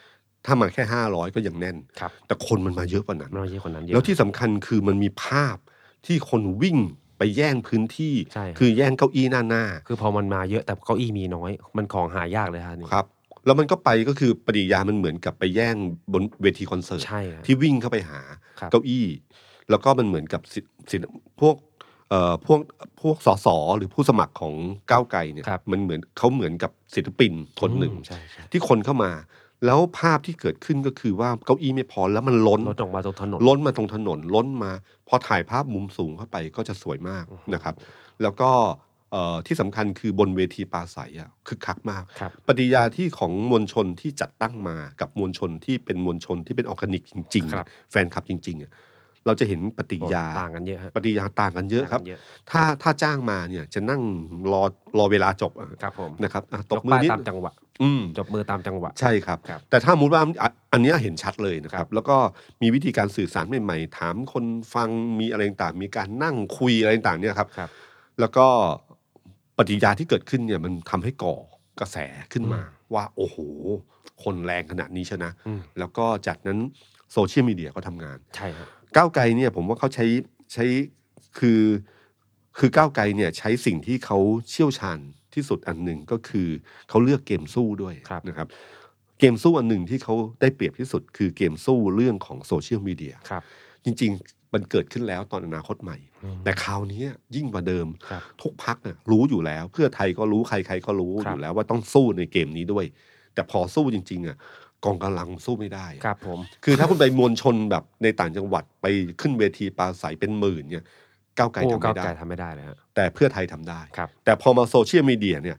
S2: ถ้ามาแค่ห้าร้อยก็ยังแน่น
S3: ครับ
S2: แต่คนมันมาเยอะกว่านั้น
S3: ไม่ใช่คนนั้นเยอะ
S2: แล้วที่สำคัญคือมันมีภาพที่คนวิ่งไปแย่งพื้นที่
S3: ใช่ครับ
S2: คือแย่งเก้าอี้หน้าหน้า
S3: คือพอมันมาเยอะแต่เก้าอี้มีน้อย มันของหายากเลยฮะนี่
S2: ครับ แล้วมันก็ไปก็คือปฏิกิริยามันเหมือนกับไปแย่งบนเวทีคอนเสิร์ต
S3: ใช่ฮะ
S2: ที่วิ่งเข้าไปหา
S3: ครับ
S2: เก้าอี้ แล้วก็มันเหมือนกับสิสิพวกเอ่อพวกพวกสสหรือผู้สมัครของก้าวไกลเนี่ย
S3: ครับ
S2: มันเหมือนเขาเหมือนกับศิลปินคนหนึ่ง
S3: อืมใช่ใช่
S2: ที่คนเข้ามา แล้วภาพที่เกิดขึ้นก็คือว่าเก้าอี้ไม่พอแล้วมันล้น
S3: รถออกมาตรงถนน
S2: ล้นมาตรงถนนล้นมา พอถ่ายภาพมุมสูงเข้าไปก็จะสวยมาก
S3: อือฮึ
S2: นะครับ แล้วก็เอ่อที่สำคัญคือบนเวทีปราศัยอ่ะคึกคักมาก
S3: ครับ
S2: ปฏิยาที่ของมวลชนที่จัดตั้งมากับมวลชนที่เป็นมวลชนที่เป็นออร์แกนิกจริง
S3: ครับ
S2: ๆ แฟนคลับจริงๆอ่ะเราจะเห็นปฏิกิริยา
S3: ต่างกันเยอะฮะ
S2: ปฏิกิริยาต่างกันเยอะครับ
S3: ต่างกันเยอะ
S2: ถ้าถ้าจ้างมาเนี่ยจะนั่งรอรอเวลาจบอะ
S3: ครับผม
S2: นะครับอ่ะต
S3: ย
S2: บ
S3: ก
S2: มือ
S3: ป้าย
S2: นิด
S3: ตามจังหวะ
S2: อืม
S3: จบมือตามจังหวะ
S2: ใช่ครับ
S3: ครับ
S2: แต่ถ้ามุดว่าอันอันเนี้ยเห็นชัดเลยนะค
S3: ครั
S2: รับ
S3: บ
S2: แล้วก็มีวิธีการสื่อสารใหม่ๆ ถามคนฟังมีอะไรต่างๆมีการนั่งคุยอะไรต่างๆเนี่ยครับ
S3: ครับ
S2: แล้วก็ปฏิกิริยาที่เกิดขึ้นเนี่ยมันทำให้ก่อกระแสขึ้นมา ว่าโอ้โห คนแรงขนาดนี้ชนะ
S3: อืม
S2: แล้วก็จากนั้นโซเชียลมีเดียก็ทำงาน
S3: ใช่ฮะ
S2: ก้าวไกลเนี่ยผมว่าเขาใช้ใช้คือคือก้าวไกลเนี่ยใช้สิ่งที่เขาเชี่ยวชาญที่สุดอันหนึ่งก็คือเขาเลือกเกมสู้ด้วยนะครับ เกมสู้อันหนึ่งที่เขาได้เปรียบที่สุด คือเกมสู้เรื่องของโซเชียลมีเดีย
S3: ครับ
S2: จริง ๆ มันเกิดขึ้นแล้วตอนอนาคตใหม่ แต่คราวนี้ยิ่งกว่าเดิม
S3: ครับ
S2: ทุกพักน่ะรู้อยู่แล้ว เพื่อไทยก็รู้ใคร ๆ ก็รู้
S3: ครั
S2: อบ ยู่แล้วว่าต้องสู้ในเกมนี้ด้วย แต่พอสู้จริง ๆอ่ะกองกำลังสู้ไม่ได้อะ
S3: ครับผม
S2: คือถ้าคุณไปมวลชนแบบในต่างจังหวัดไปขึ้นเวทีปราศัยเป็นหมื่นเนี่ยก้าวไกล
S3: โอ้
S2: ทำไม่
S3: ก้าว
S2: ได้
S3: ไกลทำไม่ได้เลยฮะ
S2: แต่เพื่อไทยทำได้
S3: ครับ
S2: แต่พอมาโซเชียลมีเดียเนี่ย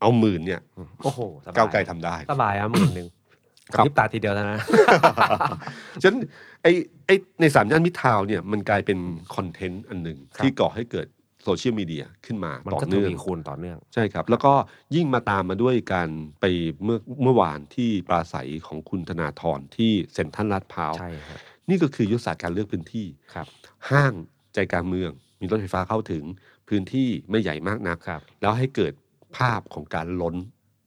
S2: เอาหมื่นเนี่ย
S3: โอ้โหสบย
S2: ก้าวไกลทำได้
S3: สบายอ่ะหมื่นหนึ่ง
S2: ค
S3: กั
S2: รับ
S3: บพริบตาทีเดียวเท่านั้นนะ
S2: ฉะนั้นไอ้ไอ้ในสามย่านมิตรทาวน์เนี่ยมันกลายเป็นคอนเทนต์อันหนึ่ง
S3: ครับ
S2: ที่ก่อให้เกิดโซเชียลมีเดียขึ้นมา
S3: มัน
S2: ต่อ
S3: ก็ท
S2: เนื่อง
S3: วีคูณต่อเนื่อง
S2: ใช่ครับ แล้วก็ยิ่งมาตามมาด้วยการไปเมื่อเมื่อวานที่ปราศัยของคุณธนาธรที่เซ็นทรัลลาดพร้าว
S3: ใช่ฮะ
S2: นี่ก็คือยุทธศาสตร์การเลือกพื้นที่
S3: ครับ
S2: ห้างใจกลางเมือง มีรถไฟฟ้าเข้าถึงพื้นที่ไม่ใหญ่มากนัก
S3: ครับ
S2: แล้วให้เกิดภาพของการล้น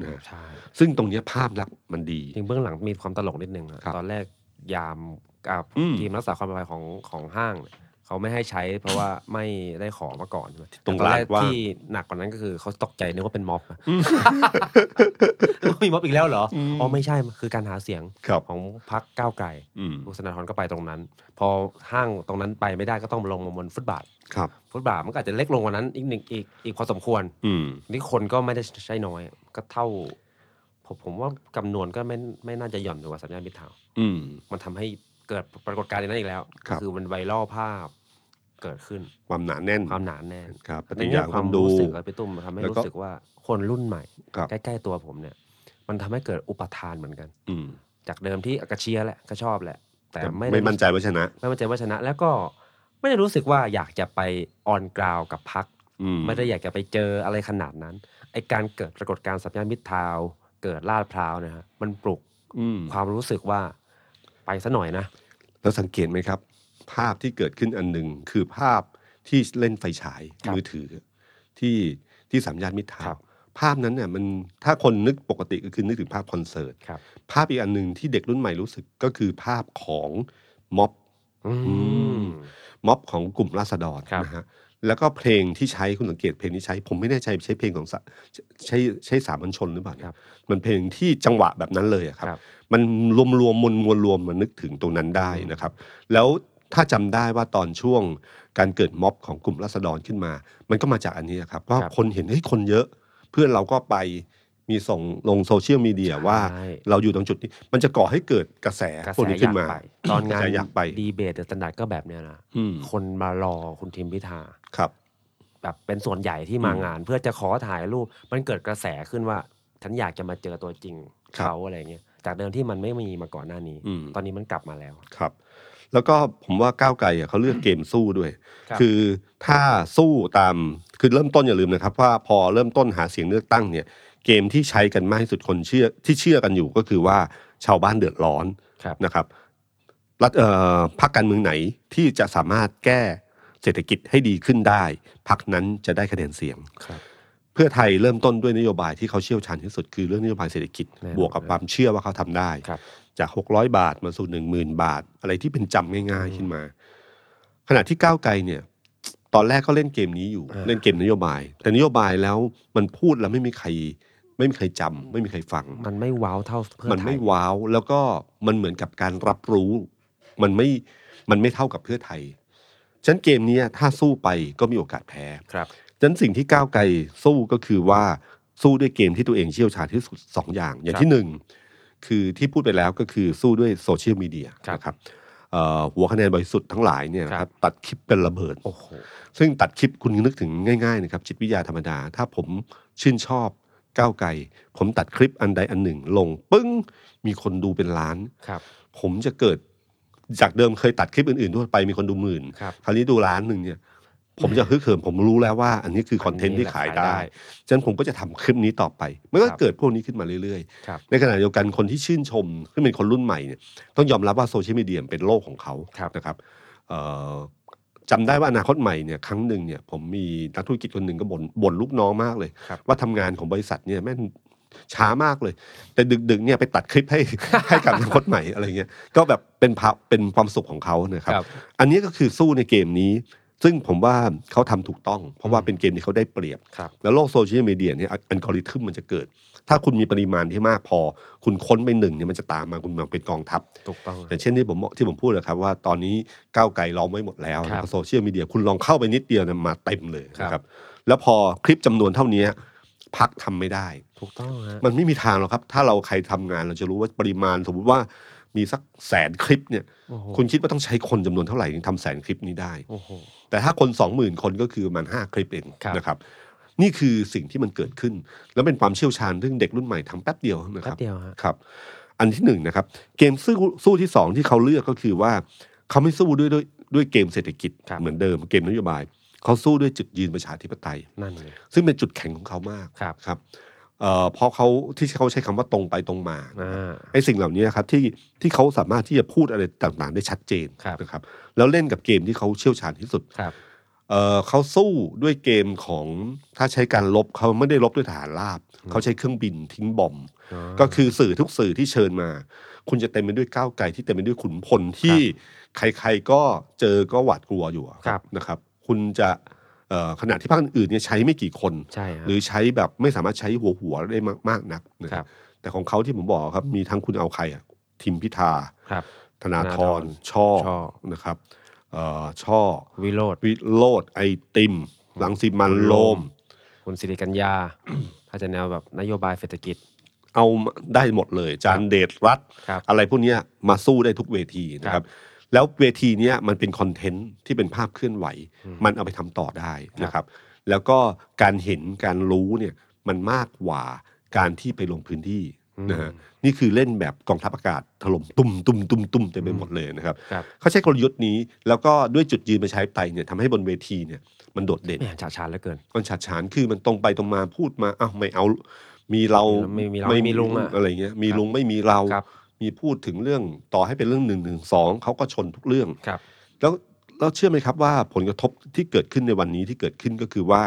S2: นะ
S3: ใช่
S2: ซึ่งตรงเนี้ยภาพลักษณ์มันดี
S3: จริงเบื้องหลังมีความตลกนิดนึงอะ
S2: ครับ
S3: ตอนแรกยามอ่า
S2: อืม
S3: ทีมรักษาความปลอดภัยของของห้างเนี่ยเขาไม่ให้ใช้เพราะว่า ไม่ได้ขอมาก่อนใช่ไหม
S2: ตรง
S3: แตอน
S2: ลา
S3: แร
S2: ด
S3: ก
S2: ว่าง
S3: ที่หนักกว่านั้นก็คือเขาตกใจนึกว่าเป็นม็อบนะมีม็อบอีกแล้วเหรอ
S2: อืม
S3: อ๋อไม่ใช่มันคือการหาเสียง
S2: ครับ
S3: ของพักก้าวไกล
S2: อืม
S3: คุณสนาธรก็ไปตรงนั้น พอห้างตรงนั้นไปไม่ได้ก็ต้องลงมาบนฟุตบาท
S2: ครับ
S3: ฟุตบาทมันก็อาจจะเล็กลงกว่านั้นอีกหนึ่งอีกอีกพอสมควร
S2: อืม
S3: นี่คนก็ไม่ได้ใช้น้อยก็เท่า ผมผมว่าจำนวนก็ไม่ไม่น่าจะหย่อนกว่าสัญญาณมิตรทาวน์
S2: อืม
S3: มันทำให้เกิดปรากฏการณ์อย่างนั้นอีกแล้ว
S2: ครับ
S3: ก็คือมันไวรัลภาพเกิดขึ้น
S2: ความหนาแน่น
S3: ความหนาแน่น
S2: ครับป
S3: ใน
S2: ฏิกิริ
S3: แง่
S2: ยาค
S3: คาว
S2: วาม มดู
S3: รู้สึกอะพี่ตุ้มทำให้
S2: แล้วก็
S3: รู้สึกว่าคนรุ่นใหม่
S2: ครับ
S3: ใกล้ ๆ ตัวผมเนี่ย มันทำให้เกิดอุปทานเหมือนกัน
S2: อืม
S3: จากเดิมที่กระเชียร์แหละก็ชอบแหละ แต่
S2: แต่
S3: ไม่ด้
S2: ไม่มั่นใจว่าชนะ
S3: ไม่มั่นใจว่าชนะ แล้วก็ไม่ได้รู้สึกว่าอยากจะไปออนกราวกับพัก
S2: อืม
S3: ไม่ได้อยากจะไปเจออะไรขนาดนั้นไอการเกิดปรากฏการณ์สัญญาณมิตรทาวน์เกิดลาดพร้าวเนะฮะมันปลุก
S2: อืม
S3: ความรู้สึกว่าไปซะหน่อยนะ
S2: แล้วสังเกตไหมครับ ภาพที่เกิดขึ้นอันหนึ่งคือภาพที่เล่นไฟฉาย
S3: ครับ
S2: มือถือ ที่ที่สามย่านมิตรทา
S3: ครั
S2: ว
S3: บ
S2: พ ภาพนั้นเนี่ยมันถ้าคนนึกปกติก็คือนึกถึงภาพคอนเสิร์ต
S3: ครับ
S2: ภาพอีกอันหนึ่งที่เด็กรุ่นใหม่รู้สึกก็คือภาพของม็อบ
S3: อืม
S2: ม็อบของกลุ่มราษฎร
S3: ครับ
S2: นะฮะแล้วก็เพลงที่ใช้คุณสังเกตเพลงที่ใช้ ผมไม่แน่ใจใช้เพลงของสะใช้ใช้สามัญชนหรือเปล่าเนี่ย
S3: ครับ
S2: มันเพลงที่จังหวะแบบนั้นเลยอะครับ
S3: ครับ
S2: มันรวมรวมๆมวลมวลรวมมันนึกถึงตรงนั้นได้นะครับ แล้วถ้าจำได้ว่าตอนช่วงการเกิดม็อบของกลุ่มราษฎรขึ้นมา มันก็มาจากอันนี้ครับว่าคนเห็นเฮ้ยคนเยอะ เพื่อนเราก็ไปมีส่งลงโซเชียลมีเดียว่า
S3: ใช่
S2: เราอยู่ตรงจุดนี้ มันจะก่อให้เกิดกระแส
S3: กระ
S2: พวก
S3: แส
S2: นี้
S3: อ
S2: ขึ้
S3: ยาก
S2: นมา
S3: ไปตอน
S2: กระ
S3: งาน
S2: แสอยากไป
S3: ดีเบตเดอะสแตนดาร์ดก็แบบเนี้ยนะ
S2: อืม
S3: คนมารอคุณทิมพิธา
S2: ครับ
S3: แบบเป็นส่วนใหญ่ที่มางาน เพื่อจะขอถ่ายรูป มันเกิดกระแสขึ้นว่า ฉันอยากจะมาเจอตัวจริง
S2: ครับ
S3: เขาอะไรเงี้ยจากเดิมที่มันไม่มีมาก่อนหน้านี้
S2: อืม
S3: ตอนนี้มันกลับมาแล้ว
S2: ครับแล้วก็ผมว่าก้าวไกลอ่ะเขาเลือกเกมสู้ด้วย
S3: ครับ
S2: อถ้าสู้ตามคือเริ่มต้นอย่าลืมนะครับว่าพอเริ่มต้นหาเสียงเลือกตั้งเนี่ยเกมที่ใช้กันมากที่สุดคนเชื่อที่เชื่อกันอยู่ก็คือว่าชาวบ้านเดือดร้อน
S3: ครับ
S2: นะครับรัฐเอ่อพรรคการเมืองไหนที่จะสามารถแก้เศรษฐกิจให้ดีขึ้นได้พรรคนั้นจะได้คะแนนเสียง
S3: ครับ
S2: เพื่อไทยเริ่มต้นด้วยนโยบายที่เขาเชี่ยวชาญที่สุดคือเรื่องนโยบายเศรษฐกิจ
S3: แน่นอน
S2: บวกกับความเชื่อว่าเขาทำได้
S3: ครับ
S2: จาก 600 บาทมาสู่ 10,000 บาท อะไรที่เป็นจำง่ายๆ ขึ้นมา ขณะที่ก้าวไกลเนี่ย ตอนแรกก็เล่นเกมนี้อยู่
S3: อ่า
S2: เล่นเกมนโยบาย แต่นโยบายแล้วมันพูดแล้วไม่มีใคร ไม่มีใครจำไม่มีใครฟัง
S3: มันไม่ว้าวเท่าเพื่อ
S2: มัน
S3: ไท
S2: ไม่
S3: ย
S2: ว้าวแล้วก็มันเหมือนกับการรับรู้ มันไม่มันไม่เท่ากับเพื่อไทยฉะนันเกมเนี้ยถ้าสู้ไปก็มีโอกาสแพ้
S3: ครับ
S2: ฉะนั้นสิ่งที่ก้าวไกลสู้ก็คือว่าสู้ด้วยเกมที่ตัวเองเชี่ยวชาญที่สุดสองอย่าง อย่าง
S3: ครับ
S2: ที่หนึ่งคือที่พูดไปแล้วก็คือสู้ด้วยโซเชียลมีเดีย
S3: ครับ
S2: นะครับเอ่อหัวคะแนนบริสุทธิ์ทั้งหลายเนี่ยนะค
S3: ครั
S2: รับบ ตัดคลิปเป็นระเบิด
S3: โอ้โห
S2: ซึ่งตัดคลิปคุณนึกถึงง่ายๆนะครับจิตวิทยาธรรมดา ถ้าผมชื่นชอบก้าวไกล ผมตัดคลิปอันใดอันหนึ่ง ลงปึ้งมีคนดูเป็นล้าน
S3: ครับ
S2: ผมจะเกิดจากเดิมเคยตัดคลิปอื่นๆทั่วไปมีคนดูหมื่น
S3: ครับ
S2: คราวนี้ดูร้านหนึ่งเนี่ย ผมจะฮึกเหิมผมรู้แล้วว่า อันนี้คือคอนเทนต์ที่ขายได้ฉะนั้นผมก็จะทำคลิปนี้ต่อไปมันก็
S3: ครับ
S2: เกิดพวกนี้ขึ้นมาเรื่อย
S3: ครับ
S2: ๆ ในขณะเดียวกันคนที่ชื่นชมซึ่งเป็นคนรุ่นใหม่เนี่ยต้องยอมรับว่าโซเชียลมีเดียเป็นโลกของเขา
S3: ครับ
S2: นะครับเอ่อจำได้ว่าอนาคตใหม่เนี่ยครั้งหนึ่งเนี่ยผมมีนักธุรกิจคนหนึ่งก็บ่นบ่นลูกน้องมากเลย
S3: ครับ
S2: ว่าทำงานของบริษัทเนี่ยแม่งช้ามากเลย แต่ดึกๆเนี่ยไปตัดคลิปให้ ให้กับอนาคตใหม่อะไรเงี้ยก็แบบเป็นภาพเป็นความสุขของเขานะครับ
S3: ครับ
S2: อันนี้ก็คือสู้ในเกมนี้ ซึ่งผมว่าเขาทำถูกต้อง เพราะว่าเป็นเกมที่เขาได้เปรียบ
S3: ครับ
S2: แล้วโลกโซเชียลมีเดียเนี่ยอัลกอริทึมมันจะเกิด ถ้าคุณมีปริมาณที่มากพอ คุณค้นไปหนึ่งเนี่ยมันจะตามมาคุณมาเป็นกองทัพ
S3: ถูกต้อง
S2: อย่างเช่นที่ผมที่ผมพูดนะครับว่าตอนนี้ก้าวไกลล้อมไว้หมดแล้ว
S3: ครับ
S2: โซเชียลมีเดียคุณลองเข้าไปนิดเดียวเนี่ยมาเต็มเลย
S3: ครับ
S2: นะครับ แล้วพอคลิปจำนวนเท่านี้พักทำไม่ได้
S3: ถูกต้องฮะ
S2: มันไม่มีทางหรอกครับ ถ้าเราใครทำงานเราจะรู้ว่าปริมาณสมมติว่ามีสักแสนคลิปเนี่ย
S3: โอ้โห
S2: คุณคิดว่าต้องใช้คนจำนวนเท่าไหร่ถึงทำแสนคลิปนี้ได้
S3: โอ้โห
S2: แต่ถ้าคนสองหมื่นคนก็คือประมันห้าคลิปเอง
S3: ครับ
S2: นะครับ นี่คือสิ่งที่มันเกิดขึ้น แล้วเป็นความเชี่ยวชาญซึ่งเด็กรุ่นใหม่ทำแป๊บเดียวนะค
S3: แป๊
S2: รั
S3: บบ เดียวฮะ
S2: ครับอันที่หนึ่งนะครับ เกมสู้สู้ที่สองที่เขาเลือกก็คือว่า เขาไม่สู้ด้วยด้วยด้วยเกมเศรษฐกิจ
S3: ครับ
S2: เหมือนเดิมเกมนโยบาย เขาสู้ด้วยจุดยืนประชาธิปไตย
S3: นั่นเลย
S2: ซึ่งเป็นจุดแข็งของเขามาก
S3: ครับ
S2: ครับเอ่อเพราะเขาที่เขาใช้คำว่าตรงไปตรงมา
S3: อ่า
S2: ไอ้สิ่งเหล่านี้ครับที่ที่เขาสามารถที่จะพูดอะไรต่างๆ ได้ชัดเจน
S3: ครับ
S2: นะครับ แล้วเล่นกับเกมที่เขาเชี่ยวชาญที่สุด
S3: ครับ
S2: เอ่อเขาสู้ด้วยเกมของถ้าใช้การลบเขาไม่ได้ลบด้วยฐานราบเขาใช้เครื่องบินทิ้งบอมบ์
S3: อ๋อ
S2: ก็คือสื่อทุกสื่อที่เชิญมา คุณจะเต็มไปด้วยก้าวไกลที่เต็มไปด้วยขุนพลที่ใครๆก็เจอก็หวาดกลัวอยู่อะ
S3: ครับ
S2: นะครับ คุณจะเอ่อขณะที่ภาคอื่นๆเนี่ยใช้ไม่กี่คน
S3: ใช่ฮะ
S2: หรือใช้แบบไม่สามารถใช้หัวหัวๆได้มากมากนักนะครับ แต่ของเขาที่ผมบอกครับมีทั้งคุณเอาใครอะทิมพิธา
S3: ครับ
S2: ธนาธร
S3: ธนาธร
S2: ช่อ
S3: ช่อ
S2: นะครับเอ่อช่อ
S3: วิโรธ
S2: วิโรดไอติม หลังสิมันโลม
S3: คุณสิริกัญญา ถ้าจะแนวแบบนโยบายเศรษฐกิจ
S2: เอามาได้หมดเลย จานเดชรัฐ
S3: ครับ
S2: อะไรพวกเนี้ยมาสู้ได้ทุกเวทีนะครับ แล้วเวทีเนี้ยมันเป็นคอนเทนต์ที่เป็นภาพเคลื่อนไหว มันเอาไปทำต่อได้นะครับ แล้วก็การเห็นการรู้เนี่ยมันมากกว่าการที่ไปลงพื้นที่นะฮะนี่คือเล่นแบบกองทัพอากาศถล่มตุ้มตุ้มตุ้มตุ้มเต็มไปหมดเลยนะครับ
S3: ครับ
S2: เขาใช้กลยุทธ์นี้แล้วก็ด้วยจุดยืนประชาธิปไตยเนี่ยทำให้บนเวทีเนี่ยมันโดดเด่น
S3: แหม่ฉาดฉานเหลือเกิน
S2: มันฉาดฉานคือมันตรงไปตรงมาพูดมาอ้าวไม่เอา มีเรา
S3: ไม่มีเราไม่มีลุงอะ
S2: อะไรเงี้ยมีลุงไม่มีเรา
S3: ครับ
S2: มีพูดถึงเรื่องต่อให้เป็นเรื่องหนึ่งหนึ่งสองเขาก็ชนทุกเรื่อง
S3: ครับ
S2: แล้วแล้วเชื่อไหมครับว่าผลกระทบที่เกิดขึ้นในวันนี้ที่เกิดขึ้นก็คือว่า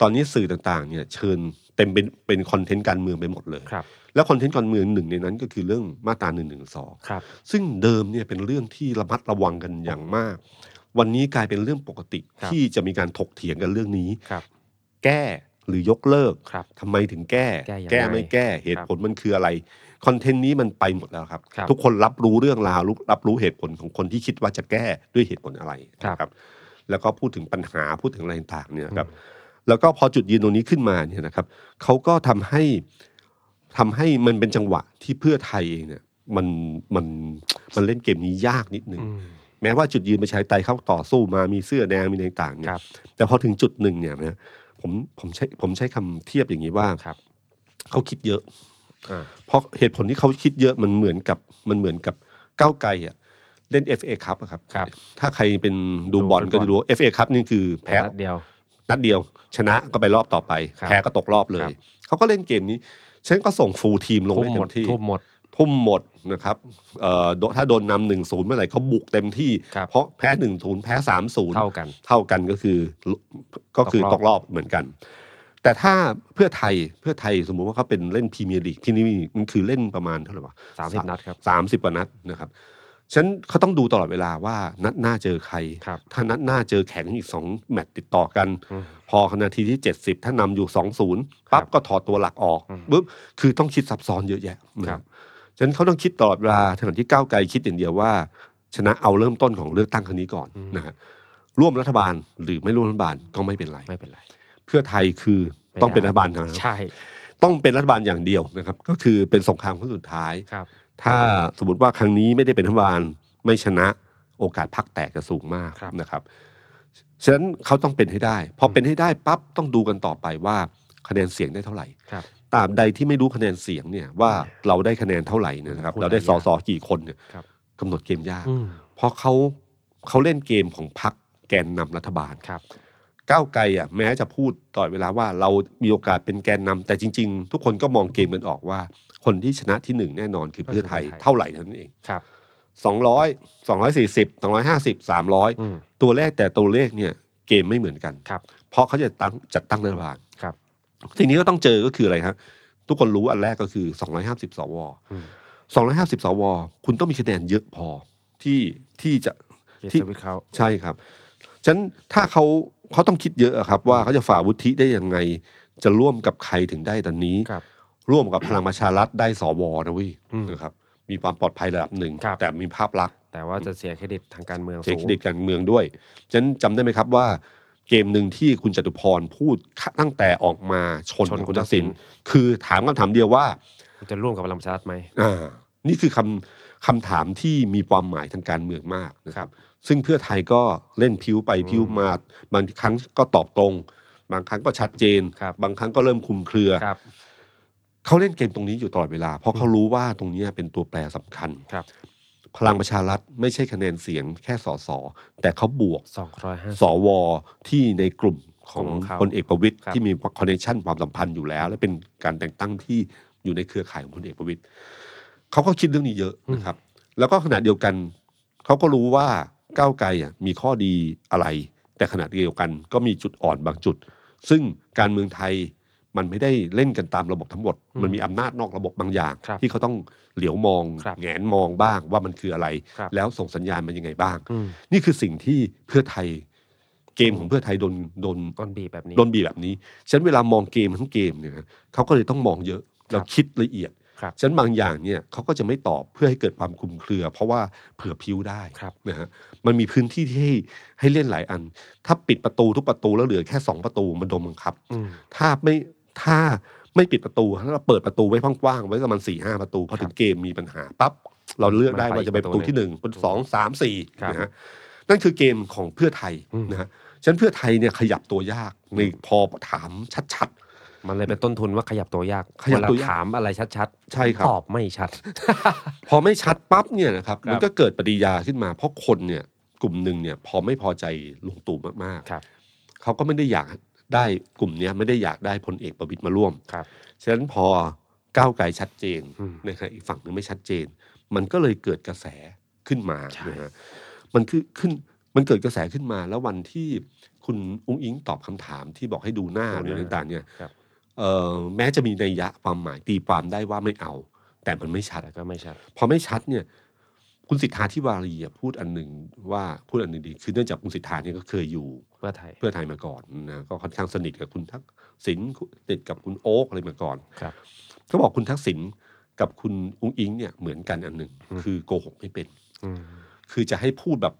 S2: ตอนนี้สื่อต่างๆเนี่ยเชิญเต็มเป็นเป็นคอนเทนต์การเมืองไปหมดเลย
S3: ครับ
S2: และคอนเทนต์การเมืองหนึ่งในนั้นก็คือเรื่องมาตราหนึ่งหนึ่งสอง
S3: ครับ
S2: ซึ่งเดิมเนี่ยเป็นเรื่องที่ระมัดระวังกันอย่างมาก วันนี้กลายเป็นเรื่องปกติ
S3: ครับ
S2: ที่จะมีการถกเถียงกันเรื่องนี้
S3: ครับ
S2: แก้หรือยกเลิก
S3: ครับ
S2: ทำไมถึงแก้
S3: แก้ยังไง
S2: แก้ไม่แก้เหตุผลมันคืออะไรคอนเทนต์นี้มันไปหมดแล้วครับ
S3: ครับ
S2: ทุกคนรับรู้เรื่องราวรู้รับรู้เหตุผลของคนที่คิดว่าจะแก้ด้วยเหตุผลอะไร
S3: ครับ
S2: นะแล้วก็พูดถึงปัญหาพูดถึงอะไรต่างๆเนี่ยครับแล้วก็พอจุดยืนตรงนี้ขึ้นมาเนี่ยนะครับเขาก็ทำให้ทำให้มันเป็นจังหวะที่เพื่อไทยเองเนี่ยมันมันมันเล่นเกมนี้ยากนิดนึง แม้ว่าจุดยืนประชาธิปไตยเขาต่อสู้มามีเสื้อแดงมีอะไรต่างๆเนี่
S3: ค
S2: ย
S3: รับ
S2: แต่พอถึงจุดหนึ่งเนี่ยนะผมผมใช้ผมใช้คำเทียบอย่างนี้ว่า
S3: ครับ
S2: เขาคิดเยอะ
S3: อ่า
S2: เพราะเหตุผลที่เขาคิดเยอะมันเหมือนกับมันเหมือนกับก้าวไกลอ่ะเล่น FA ครับครับ
S3: ครับ
S2: ถ้าใครเป็นดู
S3: ดู
S2: บอล
S3: ฟุตบอล
S2: ก็จะรู้ FA ครับนี่คือแพ้
S3: นัดเดียว
S2: นัดเดียว ชนะก็ไปรอบต่อไป
S3: ครับ
S2: แพ้ก็ตกรอบเล
S3: ครั
S2: ย
S3: บ
S2: เขาก็เล่นเกมนี้ฉันก็ส่งฟูลทีมลง
S3: ทุ่ม
S2: ได้
S3: หม
S2: เต็
S3: ด
S2: มที่
S3: ทุ่มหมด
S2: ทุ่มหมดนะครับเอ่อโดถ้าโดนนำหนึ่งศูนย์เมื่อไหร่เขาบุกเต็มที่
S3: ครับ
S2: เพราะแพ้หนึ่งศูนย์แพ้สามศูนย์
S3: เท่ากัน
S2: เท่ากันก็คือก็คือ
S3: ต
S2: ต
S3: กรอบ
S2: กรอบเหมือนกัน แต่ถ้าเพื่อไทยเพื่อไทยสมมุติว่าเขาเป็นเล่นพรีเมียร์ลีกที่นี่มันคือเล่นประมาณเท่าไหร่วะ
S3: สามสิบนัดครับ
S2: สามสิบกว่านัดนะครับฉะนันเขาต้องดูตลอดเวลาว่านัดหน้าเจอใคร
S3: ครับ
S2: ถ้านัดหน้าเจอแข่งอีกสองแมตช์ติดต่อกัน
S3: อืม
S2: พอนาทีที่ 70 ถ้านำอยู่2อศูนย์ปั๊บก็ถอดตัวหลักออก
S3: อืม
S2: ปุ๊บคือต้องคิดซับซ้อนเยอะแยะนะครับ ฉะนั้นเขาต้องคิดตลอดเวลาขณะที่ก้าวไกลคิดอย่างเดียวว่า ชนะเอาเริ่มต้นของเลือกตั้งครั้งนี้ก่อนนะฮะร่วมรัฐบาลหรือไม่ร่วมรัฐบาลก็ไม่เป็นไร
S3: ไม่เป็นไร
S2: เพื่อไทยคือ
S3: ไม่
S2: ต้องเป็น
S3: ได้
S2: รัฐบาลนะครับ
S3: ใช่
S2: ต้องเป็นรัฐบาลอย่างเดียวนะครับ ก็คือเป็นสงครามครั้งสุดท้าย
S3: ครับ
S2: ถ้าสมมติว่าครั้งนี้ไม่ได้เป็นรัฐบาลไม่ชนะโอกาสพักแตกจะสูงมาก
S3: ครับ
S2: นะครับ ฉะนั้นเขาต้องเป็นให้ได้ พอเป็นให้ได้ปั๊บต้องดูกันต่อไปว่าคะแนนเสียงได้เท่าไหร่
S3: ครับ
S2: ตราบใดที่ไม่รู้คะแนนเสียงเนี่ยว่าเราได้คะแนนเท่าไหร่เนยนะครับ
S3: พูด
S2: เราได้สอย
S3: ได้าก
S2: สอกี่คนเนี่ย
S3: ครับ
S2: กำหนดเกมยาก
S3: อืม
S2: เพราะเขาเขาเล่นเกมของพรรคแกนนำรัฐบาล
S3: ครับ
S2: ก้าวไกลอ่ะแม้จะพูดตลอดเวลาว่าเรามีโอกาสเป็นแกนนำแต่จริง ๆ ทุกคนก็มองเกมกันออกว่า คนที่ชนะที่หนึ่งแน่นอนคือเพื่อไทย
S3: ก็คือเพื่อไทย
S2: เท่าไหร่เท่านั้นเอง
S3: ครับ
S2: สองร้อยสองร้อยสี่สิบสองร้อยห้าสิบสามร้อย
S3: อืม
S2: ตัวเลขแต่ตัวเลขเนี่ยเกมไม่เหมือนกัน
S3: ครับ
S2: เพราะเขาจะตั้งจัดตั้งรัฐบาล
S3: ครับ
S2: สิ่งนี้ก็ต้องเจอก็คืออะไรครับทุกคนรู้อันแรกก็คือ 250 สว
S3: อืม
S2: 250 สว คุณต้องมีคะแนนเยอะพอที่ที่จะ ที่
S3: ที่สวิตช์เขา
S2: ใช่ครับ ฉะนั้นถ้าเขาเขาต้องคิดเยอะอะครับ ว่าเขาจะฝ่าวุฒิได้ยังไง จะร่วมกับใครถึงได้ตอนนี้
S3: ครับ
S2: ร่วมกับพลังประชารัฐได้สวนะเว้ย
S3: อืม
S2: นะครับ มีความปลอดภัยระดับหนึ่ง
S3: ครับ
S2: แต่มีภาพลักษณ์
S3: แต่ว่าจะเสียเครดิตทางการเมือง
S2: เศรษฐ
S3: สูง
S2: กิจการเมืองด้วย ฉะนั้นจำได้ไหมครับว่า เกมหนึ่งที่คุณจตุพรพูดตั้งแต่ออกมาชน
S3: ชนคุ
S2: คุณ ณ
S3: ทั
S2: ทั
S3: ก
S2: ก
S3: ษิ
S2: ษิ
S3: ณ
S2: ณคือถามคำถามเดียวว่า
S3: จะร่วมกับพลังประชารัฐไหม
S2: อ่านี่คือคำคำถามที่มีความหมายทางการเมืองมากนะครับ ซึ่งเพื่อไทยก็เล่นพิ้วไปพิ้วมาบางครั้งก็ตอบตรง บางครั้งก็ชัดเจน
S3: ครับ
S2: งครั้งก็เริ่มคลุมเครือ
S3: ครับ
S2: เขาเล่นเกมตรงนี้อยู่ตลอดเวลา เพราะเขารู้ว่าตรงเนี้ยเป็นตัวแปรสำคัญ
S3: ครับ
S2: พลังประชารัฐไม่ใช่คะแนนเสียงแค่สสแต่เขาบวก
S3: สองร้อยห้า
S2: สวที่ในกลุ่มของ
S3: ของเขา
S2: พลเอกประวิตย
S3: ครับ
S2: ที่มีคอนเนคชันความสัมพันธ์อยู่แล้ว และเป็นการแต่งตั้งที่อยู่ในเครือข่ายของพลเอกประวิตยเขาก็คิดเรื่องนี้เยอะนะครับ แล้วก็ขณะเดียวกัน เขาก็รู้ว่าก้าวไกลอ่ะมีข้อดีอะไร แต่ขณะเดียวกันก็มีจุดอ่อนบางจุด ซึ่งการเมืองไทยมันไม่ได้เล่นกันตามระบบทั้งหมด
S3: อืม
S2: มันมีอำนาจนอกระบบบางอย่าง
S3: ครับ
S2: ที่เขาต้องเหลียวมอง
S3: ครับ
S2: แงนมองบ้างว่ามันคืออะไร
S3: ครับ
S2: แล้วส่งสัญญาณมันยังไงบ้าง
S3: อืม
S2: นี่คือสิ่งที่เพื่อไทย เกมของเพื่อไทยโดนโดน
S3: ต้นบีแบบนี้
S2: โดนบีบแบบนี้ฉะนันเวลามองเกมทั้งเกมเนี่ยนะเขาก็เลยต้องมองเยอะเราคิดละเอียด
S3: ครับ
S2: ฉะนันบางอย่างเนี่ยเขาก็จะไม่ตอบเพื่อให้เกิดความคลุมเครือ เพราะว่าเผื่อพิ้วได้
S3: ครับ
S2: นะฮะมันมีพื้นที่ที่ให้ให้เล่นหลายอัน ถ้าปิดประตูทุกประตูแล้วเหลือแค่สองประตูมันโดนบังคับ
S3: อืม
S2: ถ้าไม่ถ้าไม่ปิดประตูถ้าเราเปิดประตูไว้กว้างๆไว้ประมาณสี่ห้าประตูพอถึงเกมมีปัญหาปั๊บเราเลือกได้ว่าจะไปประตูที่หนึ่งประตูสองสามสี่
S3: ครับ
S2: นะฮะนั่นคือเกมของเพื่อไทย
S3: อืม
S2: นะฮะฉะนันเพื่อไทยเนี่ยขยับตัวยากในพอถามชัด
S3: มันเลยเป็นต้นทุนว่าขยับตัวยาก
S2: ขยับตัวยาก
S3: เาถามอะไรชัดๆ
S2: ใช่ครับ
S3: ตอบไม่ชัด
S2: ๆ พอไม่ชัดปั๊บเนี่ยนะครับ
S3: ครับ
S2: มันก็เกิดปฏิกิริยาขึ้นมา เพราะคนเนี่ยกลุ่มหนึ่งเนี่ยพอไม่พอใจลุงตู่มาก
S3: ครับ
S2: ๆเขาก็ไม่ได้อยากได้กลุ่มเนี้ยไม่ได้อยากได้พลเอกประวิตยมาร่วม
S3: ครับ
S2: ฉะนั้นพอก้าวไกลชัดเจน
S3: อืม
S2: ในขณะอีกฝั่งหนึ่งไม่ชัดเจน มันก็เลยเกิดกระแสขึ้นมา
S3: ใช่
S2: นะฮะมันคือขึ้น มันเกิดกระแสขึ้นมาแล้ววันที่คุณอุ้งอิงตอบคำถามที่บอกให้ดูหน้าห
S3: ดูหน้า
S2: รืออะไรต่างๆเนี่ย
S3: ครับ
S2: เอ่อแม้จะมีนัยยะความหมายตีความได้ว่าไม่เอา แต่มันไม่ชัด
S3: แต่ก็ไม่ชัด
S2: พอไม่ชัดเนี่ย คุณสิทธาที่วารีอะพูดอันหนึ่งว่าพูดอันหนึ่งดีคือเนื่องจากคุณสิทธาเนี่ยก็เคยอยู่
S3: เพื่อไทย
S2: เพื่อไทยมาก่อนนะก็ค่อนข้างสนิทกับคุณทักษิณสนิทกับคุณโอ๊กอะไรมาก่อน
S3: ครับ
S2: ก็บอกคุณทักษิณกับคุณอุ้งอิงเนี่ยเหมือนกันอันหนึ่ง
S3: อืม
S2: คือโกหกไม่เป็น
S3: อืม
S2: คือจะให้พูดแบบ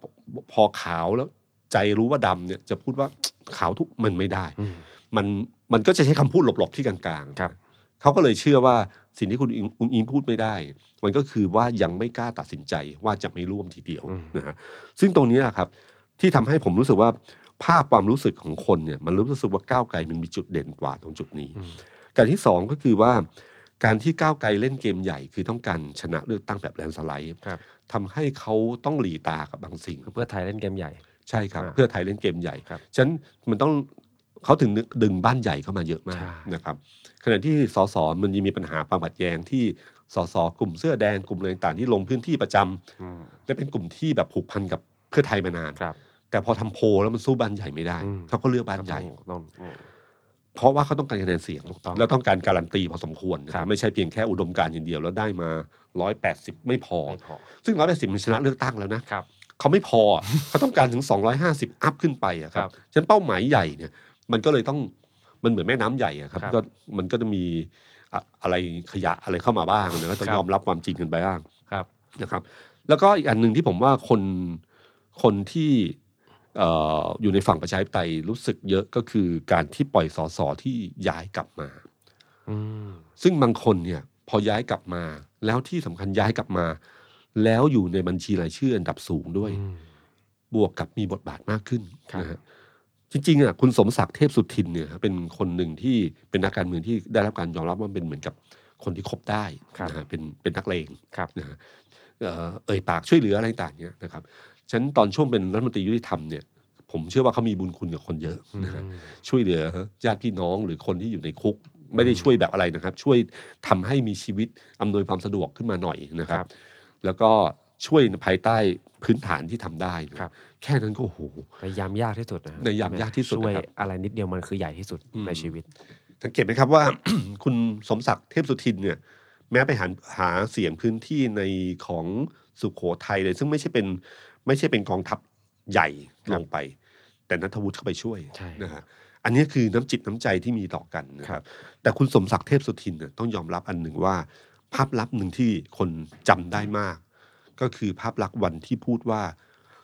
S2: พอขาวแล้ว ใจรู้ว่าดำเนี่ยจะพูดว่าขาวทุกมันไม่ได้
S3: อืม
S2: มันมันก็จะใช้คำพูดหลบๆที่กลางๆ
S3: ครับ
S2: เขาก็เลยเชื่อว่าสิ่งที่คุณอิงอุ้งอิงพูดไม่ได้ มันก็คือว่ายังไม่กล้าตัดสินใจว่าจะไม่ร่วมทีเดียว
S3: อืม
S2: นะฮะซึ่งตรงนี้แหละครับ ที่ทำให้ผมรู้สึกว่าภาพความรู้สึกของคนเนี่ย มันรู้สึกว่าก้าวไกลมันมีจุดเด่นกว่าตรงจุดนี้
S3: อืม
S2: การที่สองก็คือว่า การที่ก้าวไกลเล่นเกมใหญ่คือต้องการชนะเลือกตั้งแบบแลนด์สไลด์
S3: ครับ
S2: ทำให้เขาต้องหลีตากับบางสิ่ง
S3: คือเพื่อไทยเล่นเกมใหญ่
S2: ใช่ครับ
S3: อ่า
S2: เพื่อไทยเล่นเกมใหญ่
S3: ครับ
S2: ฉะนั้นมันต้องเขาถึงดึงดึงบ้านใหญ่เข้ามาเยอะมาก
S3: ใช่
S2: นะครับขณะที่สสมันยังมีปัญหาความขัดแย้งที่สสกลุ่มเสื้อแดงกลุ่มอะไรต่างๆที่ลงพื้นที่ประจำ
S3: อืม
S2: และเป็นกลุ่มที่แบบผูกพันกับเพื่อไทยมานาน
S3: ครับ
S2: แต่พอทำโพลแล้วมันสู้บ้านใหญ่ไม่ได้
S3: อืม
S2: เขาก็เลือกบ้านใหญ่
S3: ก็ต้องต้อง
S2: เพราะว่าเขาต้องการคะแนนเสียง
S3: ถูกต้อง
S2: แล้วต้องการการันตีพอสมควรนะครับ ไม่ใช่เพียงแค่อุดมการณ์อย่างเดียวแล้วได้มาร้อยแปดสิบไม่พอ
S3: ไม่พอ
S2: ซึ่งร้อยแปดสิบมันชนะเลือกตั้งแล้วนะ
S3: ครับ
S2: เขาไม่พออะ เขาต้องการถึง 250 อัพขึ้นไปอะค
S3: ครั
S2: รับบ ฉะนันเป้าหมายใหญ่เนี่ย มันก็เลยต้องมันเหมือนแม่น้ำใหญ่อะครับ
S3: ครับ
S2: ก็มันก็จะมีอะอะไรขยะอะไรเข้ามาบ้างนะก็ต้อง
S3: ครับ
S2: ยอมรับความจริงกันไปบ้าง
S3: ครับ
S2: นะครับ แล้วก็อีกอันหนึ่งที่ผมว่าคนคนที่เอ่ออยู่ในฝั่งประชาธิปไตยรู้สึกเยอะก็คือการที่ปล่อยสสที่ย้ายกลับมา
S3: อืม
S2: ซึ่งบางคนเนี่ยพอย้ายกลับมา แล้วที่สำคัญย้ายกลับมา แล้วอยู่ในบัญชีรายชื่ออันดับสูงด้วย
S3: อืม
S2: บวกกับมีบทบาทมากขึ้น
S3: ครับ
S2: นะฮะจริงๆอ่ะคุณสมศักดิ์เทพสุทินเนี่ยครับเป็นคนหนึ่งที่เป็นนักการเมืองที่ได้รับการยอมรับว่าเป็นเหมือนกับคนที่คบได้นะฮะเป็นเป็นนักเลง
S3: ครับ
S2: นะฮะเอ่อเอ่ยปากช่วยเหลืออะไรต่างเนี่ยนะครับฉะนันตอนช่วงเป็นรัฐมนตรียุติธรรมเนี่ยผมเชื่อว่าเขามีบุญคุณกับคนเยอะนะฮะ
S3: อืม
S2: ช่วยเหลือญาติพี่น้องหรือคนที่อยู่ในคุก ไม่ได้ช่วยแบบอะไรนะครับ ช่วยทำให้มีชีวิตอำนวยความสะดวกขึ้นมาหน่อยนะครั
S3: ครับ บ
S2: แล้วก็ช่วยภายใต้พื้นฐานที่ทำได้นะครับ แค่นั้นก็โอ้โห
S3: ในยามยากที่สุดนะฮะ
S2: ในยามยากที่สุด
S3: ช่วย
S2: นะครับ
S3: อะไรนิดเดียวมันคือใหญ่ที่สุด
S2: อืม
S3: ในชีวิต
S2: สังเกตไหมครับว่า คุณสมศักดิ์เทพสุทินเนี่ย แม้ไปหาหาเสียงพื้นที่ในของสุขโขทัยเลย ซึ่งไม่ใช่เป็นไม่ใช่เป็นกองทัพใหญ่
S3: ครับ
S2: ลงไป แต่นัทวุฒิเข้าไปช่วย
S3: ใช่
S2: นะฮะอันนี้คือน้ำจิตน้ำใจที่มีต่อกันนะค
S3: ครั
S2: รับ
S3: บ
S2: แต่คุณสมศักดิ์เทพสุทินเนี่ยต้องยอมรับอันหนึ่งว่า ภาพลักษณ์หนึ่งที่คนจำได้มาก ก็คือภาพลักษณ์วันที่พูดว่า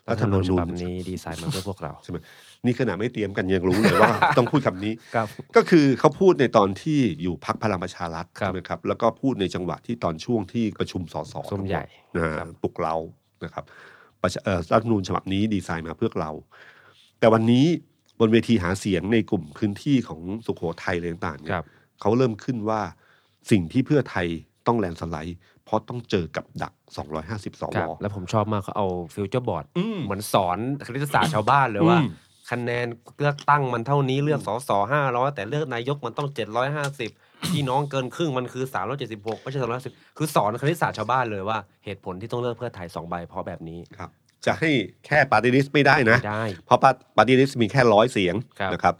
S3: รั
S2: รั
S3: ฐ
S2: ฐ
S3: ธ
S2: ธ
S3: ร
S2: ร
S3: รม
S2: รม
S3: นูญฉ
S2: นู
S3: บับ
S2: ญ
S3: นี้ดีไซน์มาเพื่อพวกเรา
S2: ใช่ไหมนี่ขนาดไม่เตรียมกันยังรู้เลยว่า ต้องพูดคำนี้
S3: ครับ
S2: ก็คือเขาพูดในตอนที่อยู่พักพลังประชารัฐ
S3: ครับ
S2: ใช่ไหมครับ แล้วก็พูดในจังหวะที่ตอนช่วงที่ประชุมสส
S3: ส้มใหญ่
S2: นะฮะ
S3: ครับ
S2: ปลุกเรานะครับประชาเอ่อรัฐธรรมนูญฉบับนี้ดีไซน์มาเพื่อเรา แต่วันนี้บนเวทีหาเสียงในกลุ่มพื้นที่ของสุโขทัยอะไรต่างๆเนี่
S3: ค
S2: ย
S3: รับ
S2: เขาเริ่มขึ้นว่าสิ่งที่เพื่อไทยต้องแลนด์สไลด์ เพราะต้องเจอกับดัก 250ส
S3: คว รับ แล้วผมชอบมากเขาเอาฟิวเจอร์บอร์ด
S2: อืม
S3: เหมือนสอนคณิตศาสตร์ชาวบ้านเลยว่า
S2: อืม
S3: คะแนนเลือกตั้งมันเท่านี้เลือกสสห้าร้อยแต่เลือกนายกมันต้องเจ็ดร้อยห้าสิบพี่น้องเกินครึ่งมันคือสามร้อยเจ็ดสิบหกไม่ใช่สามร้อยสิบคือสอนคณิตศาสตร์ชาวบ้านเลยว่าเหตุผลที่ต้องเลือกเพื่อไทยสองใบเพราะแบบนี้
S2: ครับ จะให้แค่ปาร์ตี้ลิสต์ไม่ได้นะ
S3: ไม่ได้
S2: เพราะปาร์ตี้ลิสต์มีแค่ร้อยเสียง
S3: ครับ
S2: นะครับ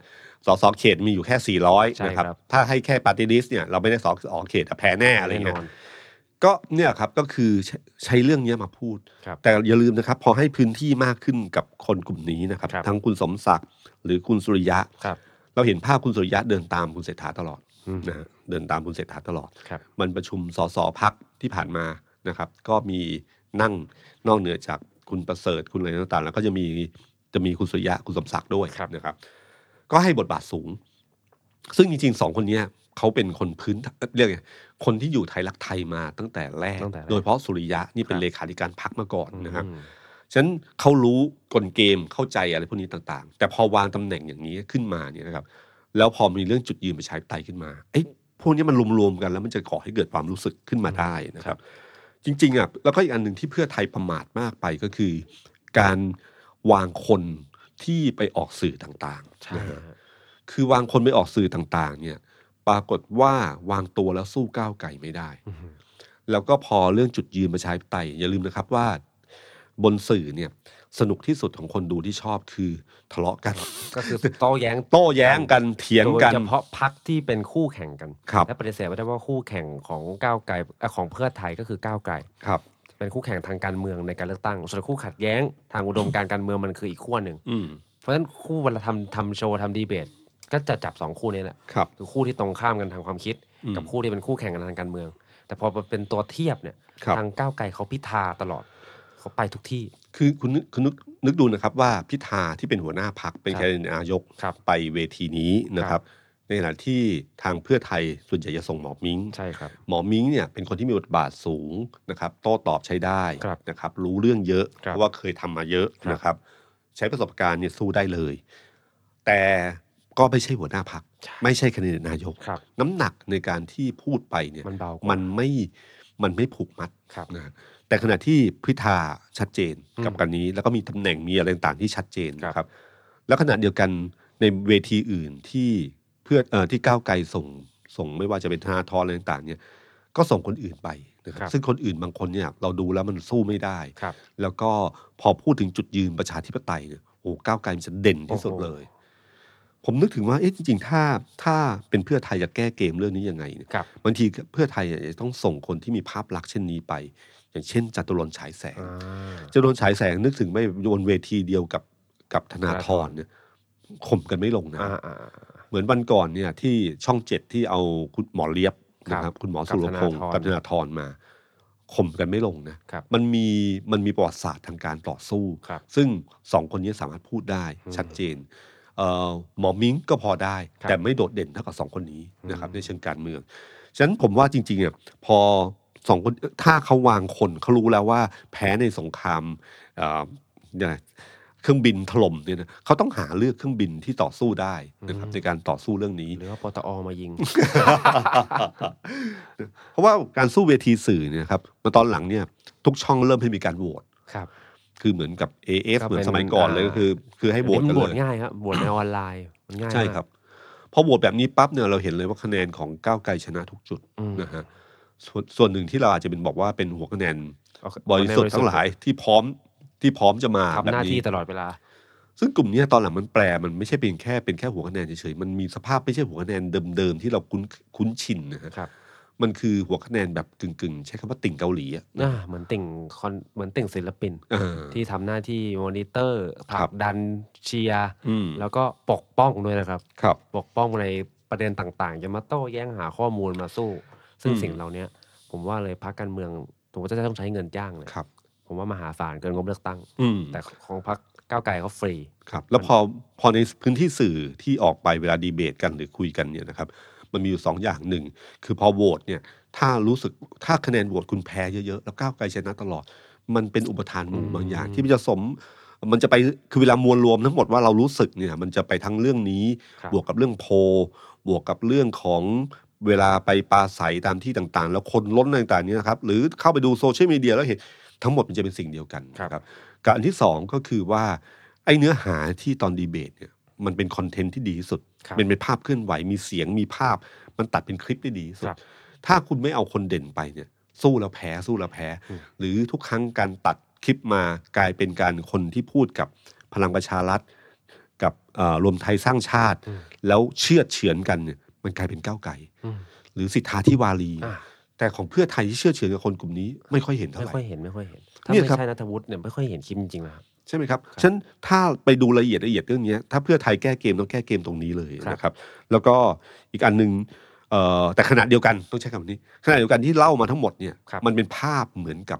S2: สสเขตมีอยู่แค่
S3: ใช่
S2: 400 นะครั
S3: ครับ บ
S2: ถ้าให้แค่ปาร์ตี้ลิสต์เนี่ยเราไม่ได้สสเขตอะแพ้แน่อะไร
S3: แน่น
S2: เงี้ย
S3: อน
S2: ก็เนี่ยครับก็คือใช้ใช้เรื่องเนี้ยมาพูด
S3: ครับ
S2: แต่อย่าลืมนะครับ พอให้พื้นที่มากขึ้นกับคนกลุ่มนี้นะครับ
S3: ครับ
S2: ทั้งคุณสมศักดิ์หรือคุณสุริยะ
S3: ครับ
S2: เราเห็นภาพคุณสุริยะเดินตามคุณเศรษฐาตลอด
S3: อืม
S2: นะฮะเดินตามคุณเศรษฐาตลอด
S3: ครับ
S2: มันประชุมสสพักที่ผ่านมานะครับ ก็มีนั่งนอกเหนือจากคุณประเสริฐคุณอะไรต่างๆ แล้วก็จะมีจะมีคุณสุริยะคุณสมศักดิ์ด้วยนะครับ ก็ให้บทบาทสูง ซึ่งจริงๆสองคนเนี้ยเขาเป็นคนพื้นเอ่อเรียกไงคนที่อยู่ไทยรักไทยมาตั้งแต่แรก
S3: ตั้งแต่แรก
S2: โดยเฉพาะสุริยะนี่เป็
S3: คน รับ
S2: เลขาธิการพักมาก่อนนะครับ
S3: อืม
S2: ฉะนั้นเขารู้กลเกมเข้าใจอะไรพวกนี้ต่างๆ แต่พอวางตำแหน่งอย่างนี้ขึ้นมาเนี่ยนะครับ แล้วพอมีเรื่องจุดยืนประชาธิปไตยขึ้นมาไอ้ยพวกนี้มันรวมๆกันแล้วมันจะก่อให้เกิดความรู้สึกขึ้นมาได้นะครับ จริงๆอ่ะแล้วก็อีกอันหนึ่งที่เพื่อไทยประมาทมากไปก็คือ การวางคนที่ไปออกสื่อต่าง
S3: ใช่
S2: ๆนะฮะ
S3: ฮะ
S2: คือวางคนไปออกสื่อต่างๆ เนี่ย ปรากฏว่าวางตัวแล้วสู้ก้าวไก่ไม่ได้
S3: อืม
S2: แล้วก็พอเรื่องจุดยืนประชาธิปไตยอย่าลืมนะครับว่า บนสื่อเนี่ยสนุกที่สุดของคนดูที่ชอบคือทะเลาะกัน
S3: ก็คือโต้แย้ง
S2: โต้แย้งกันเถียงกัน
S3: โดเฉพาะพักที่เป็นคู่แข่งกัน
S2: ครับ
S3: และปฏิเสธไม่ได้ว่าคู่แข่งของก้าวไกลเอ่อของเพื่อไทยก็คือก้าวไกล
S2: ครับ
S3: เป็นคู่แข่งทางการเมืองในการเลือกตั้ง ส่วนคู่ขัดแย้งทางอุดมการณ์การเมืองมันคืออีกขั้วหนึ่ง
S2: อืม
S3: เพราะฉะนั้นคู่เวลาทำทำโชว์ทำดีเบต ก็จะจับสองคู่นี้แหละ
S2: ครับ
S3: คือคู่ที่ตรงข้ามกันทางความคิด
S2: อืม
S3: กับคู่ที่เป็นคู่แข่งกันทางการเมือง แต่พอเป็นตัวเทียบเนี่ย
S2: ครับ
S3: ทางก้าวไกลเขาพิธาตลอดเขาไปทุกที่
S2: คือคุณนึกคุณนึกนึกดูนะครับว่าพิธาที่เป็นหัวหน้าพักเป็น
S3: ครับ
S2: แคนดิเดตนายก
S3: ครับ
S2: ไปเวทีนี้นะค
S3: ครั
S2: รับ
S3: บ
S2: ในขณะที่ทางเพื่อไทยส่วนใหญ่จะส่งหมอมิ้ง
S3: ใช่ครับ
S2: หมอมิ้งเนี่ยเป็นคนที่มีบทบาทสูงนะครับ โต้ตอบใช้ได้
S3: ครับ
S2: นะครับ รู้เรื่องเยอะ
S3: ค
S2: เพ
S3: รับ
S2: ราะว่าเคยทำมาเยอะ
S3: ครับ
S2: นะครับ ใช้ประสบการณ์เนี่ยสู้ได้เลย แต่ก็ไม่ใช่หัวหน้าพัก ไม่ใช่แคนดิเดตนายก
S3: ครับ
S2: น้ำหนักในการที่พูดไปเนี่ย
S3: มันเบากว่า
S2: มันไม่มันไม่ผูกมัด
S3: ครับ
S2: นะแต่ขณะที่พิธาชัดเจน
S3: อืม
S2: กับการนี้ แล้วก็มีตำแหน่งมีอะไรต่างๆที่ชัดเจน
S3: ครับ
S2: นะครับ แล้วขณะเดียวกันในเวทีอื่นที่เพื่อเอ่อที่ก้าวไกลส่งส่งไม่ว่าจะเป็นธนาธรอะไรต่างๆเนี่ยก็ส่งคนอื่นไปนะครับ
S3: ครับ
S2: ซึ่งคนอื่นบางคนเนี่ยเราดูแล้วมันสู้ไม่ได้
S3: ครับ
S2: แล้วก็พอพูดถึงจุดยืนประชาธิปไตยเนี่ยโอ้โหก้าวไกลมันจะเด่นที่สุด
S3: โอ้โห
S2: เลย ผมนึกถึงว่าเอ๊ะจริง ๆ ถ้าถ้าเป็นเพื่อไทยจะแก้เกมเรื่องนี้ยังไงเนี่ย
S3: ครับ
S2: บางทีเพื่อไทยอาจจะต้องส่งคนที่มีภาพลักษณ์เช่นนี้ไป อย่างเช่นจตุรนต์ฉายแสง จตุรนต์ฉายแสงนึกถึงไม่บนเวทีเดียวกับกับธนาธรเนี่ยข่มกันไม่ลงนะ
S3: อ่าอ่าอ่า
S2: เหมือนวันก่อนเนี่ยที่ช่องเจ็ดที่เอาคุณหมอเลียบ
S3: ครับ
S2: นะครับ คุณหมอสุรพงศ์
S3: กั
S2: กั
S3: บบ ธ
S2: ธ
S3: นา
S2: นาธ
S3: ธร
S2: รมาข่มกันไม่ลงนะครับ มันมีมันมีประวัติศาสตร์ทางการต่อสู้
S3: ครับ
S2: ซึ่งสองคนนี้สามารถพูดได้
S3: อืม
S2: ชัดเจนเอ่อหมอมิ้งก็พอได้
S3: ครับ
S2: แต่ไม่โดดเด่นเท่ากับสองคนนี้นะครับ
S3: อืม
S2: ในเชิงการเมือง ฉะนั้นผมว่าจริงๆเนี่ยพอสองคนถ้าเขาวางคนเขารู้แล้วว่าแพ้ในสงครามเอ่อเนี่ยนะเครื่องบินถล่มเนี่ยนะเขาต้องหาเลือกเครื่องบินที่ต่อสู้ได้นะครับ
S3: อืม
S2: ในการต่อสู้เรื่องนี้
S3: หรือว่าปตอมายิง
S2: เพราะว่าการสู้เวทีสื่อเนี่ยครับมาตอนหลังเนี่ยทุกช่องเริ่มให้มีการโหวต
S3: ครับ
S2: คือเหมือนกับ AF
S3: ก็
S2: เห
S3: เป็น
S2: มือนสมัยก่อนเลย
S3: อ่า
S2: ก็คือ คือให้โหวต
S3: เดี๋ยมั
S2: กัน
S3: โหว
S2: เล
S3: ต
S2: ย
S3: ง่ายครับโหวตในออนไลน์มันง่ายมาก
S2: ใช่ครับพอโหวตแบบนี้ปั๊บเนี่ยเราเห็นเลยว่าคะแนนของก้าวไกลชนะทุกจุด
S3: อืม
S2: นะฮะส่วนส่วนหนึ่งที่เราอาจจะเป็นบอกว่าเป็นหัวคะแนน
S3: เอา
S2: บริสุทธิ์ทั้งหลายที่พร้อมที่พร้อมจะมา
S3: ทำ
S2: แบ
S3: ห
S2: บ
S3: น้าที่
S2: นี้
S3: ตลอดเวลา
S2: ซึ่งกลุ่มเนี้ยตอนหลังมันแปลมันไม่ใช่เป็นแค่เป็นแค่หัวคะแนนเฉยๆมันมีสภาพไม่ใช่หัวคะแนนเดิมๆที่เราคุ้นคุ้นชินนะฮะ
S3: ครับ
S2: มันคือหัวคะแนนแบบกึ่งๆ ใช้คำว่าติ่งเกาหลีอะ
S3: อ่าเหมือนติ่งคอนเหมือนติ่งศิลปิน
S2: เออ
S3: ที่ทำหน้าที่มอนิเตอร์
S2: ค
S3: ผ
S2: รั
S3: ลั
S2: บ
S3: กดันเชียร์
S2: อืม
S3: แล้วก็ปกป้องด้วยนะครับ
S2: ครับ
S3: ปกป้องในประเด็นต่างๆ จะมาโต้แย้งหาข้อมูลมาสู้ ซึ่ง
S2: อืม
S3: สิ่งเหล่าเนี้ย ผมว่าเลยพรรคการเมืองผมว่าจะต้องใช้เงินจ้างเลย
S2: ครับ
S3: ผมว่ามหาศาลเกินงบเลือกตั้ง
S2: อืม
S3: แต่ของพรรคก้าวไกลเขาฟรี
S2: ครับ แล้วพอพอในพื้นที่สื่อที่ออกไปเวลาดีเบตกันหรือคุยกันเนี่ยนะครับ มันมีอยู่สองอย่างหนึ่งคือพอโหวตเนี่ย ถ้ารู้สึกถ้าคะแนนโหวตคุณแพ้เยอะๆแล้วก้าวไกลชนะตลอด มันเป็นอุปทานหมู่
S3: อืม
S2: บางอย่าง ที่มันจะสม มันจะไปคือเวลามวลรวมทั้งหมดว่าเรารู้สึกเนี่ย มันจะไปทั้งเรื่องนี้
S3: ครับ
S2: บวกกับเรื่องโพลบวกกับเรื่องของเวลาไปปราศัยตามที่ต่างๆ แล้วคนล้นอะไรต่างๆเนี่ยนะครับ หรือเข้าไปดูโซเชียลมีเดียแล้วเห็นทั้งหมดมันจะเป็นสิ่งเดียวกัน
S3: ครับ
S2: นะครับกับอันที่สองก็คือว่าไอ้เนื้อหาที่ตอนดีเบตเนี่ยมันเป็นคอนเทนต์ที่ดีที่สุด
S3: ครับ
S2: เป็นเป็นภาพเคลื่อนไหวมีเสียงมีภาพ มันตัดเป็นคลิปได้ดีที่สุด
S3: ครับ
S2: ถ้าคุณไม่เอาคนเด่นไปเนี่ย สู้แล้วแพ้สู้แล้วแพ้
S3: อืม
S2: หรือทุกครั้งการตัดคลิปมากลายเป็นการคนที่พูดกับพลังประชารัฐ กับเอ่อรวมไทยสร้างชาติ
S3: อืม
S2: แล้วเชื่อดเฉือนกันเนี่ยมันกลายเป็นก้าวไก่
S3: อืม
S2: หรือสิทธาธิวารี
S3: อ่ะ
S2: แต่ของเพื่อไทยที่เชื่อเฉือนกับคนกลุ่มนี้ไม่ค่อยเห็นเท่า
S3: ไม่
S2: ไหร่
S3: ค่อยเห็นไม่ค่อยเห็น ถ้า
S2: เนี่ย
S3: ไม่
S2: ครับ
S3: ใช่นัทวุฒิเนี่ยไม่ค่อยเห็นคลิปจริงๆนะครับ
S2: ใช่ไหมครับฉะนั้นถ้าไปดูรายละเอียดละเอียดเรื่องเนี้ยถ้าเพื่อไทยแก้เกมต้องแก้เกมตรงนี้เลย
S3: ครับ
S2: นะครับ แล้วก็อีกอันหนึ่งเอ่อแต่ขณะเดียวกันต้องใช้คำนี้ขณะเดียวกันที่เล่ามาทั้งหมดเนี่ยมันเป็นภาพเหมือนกับ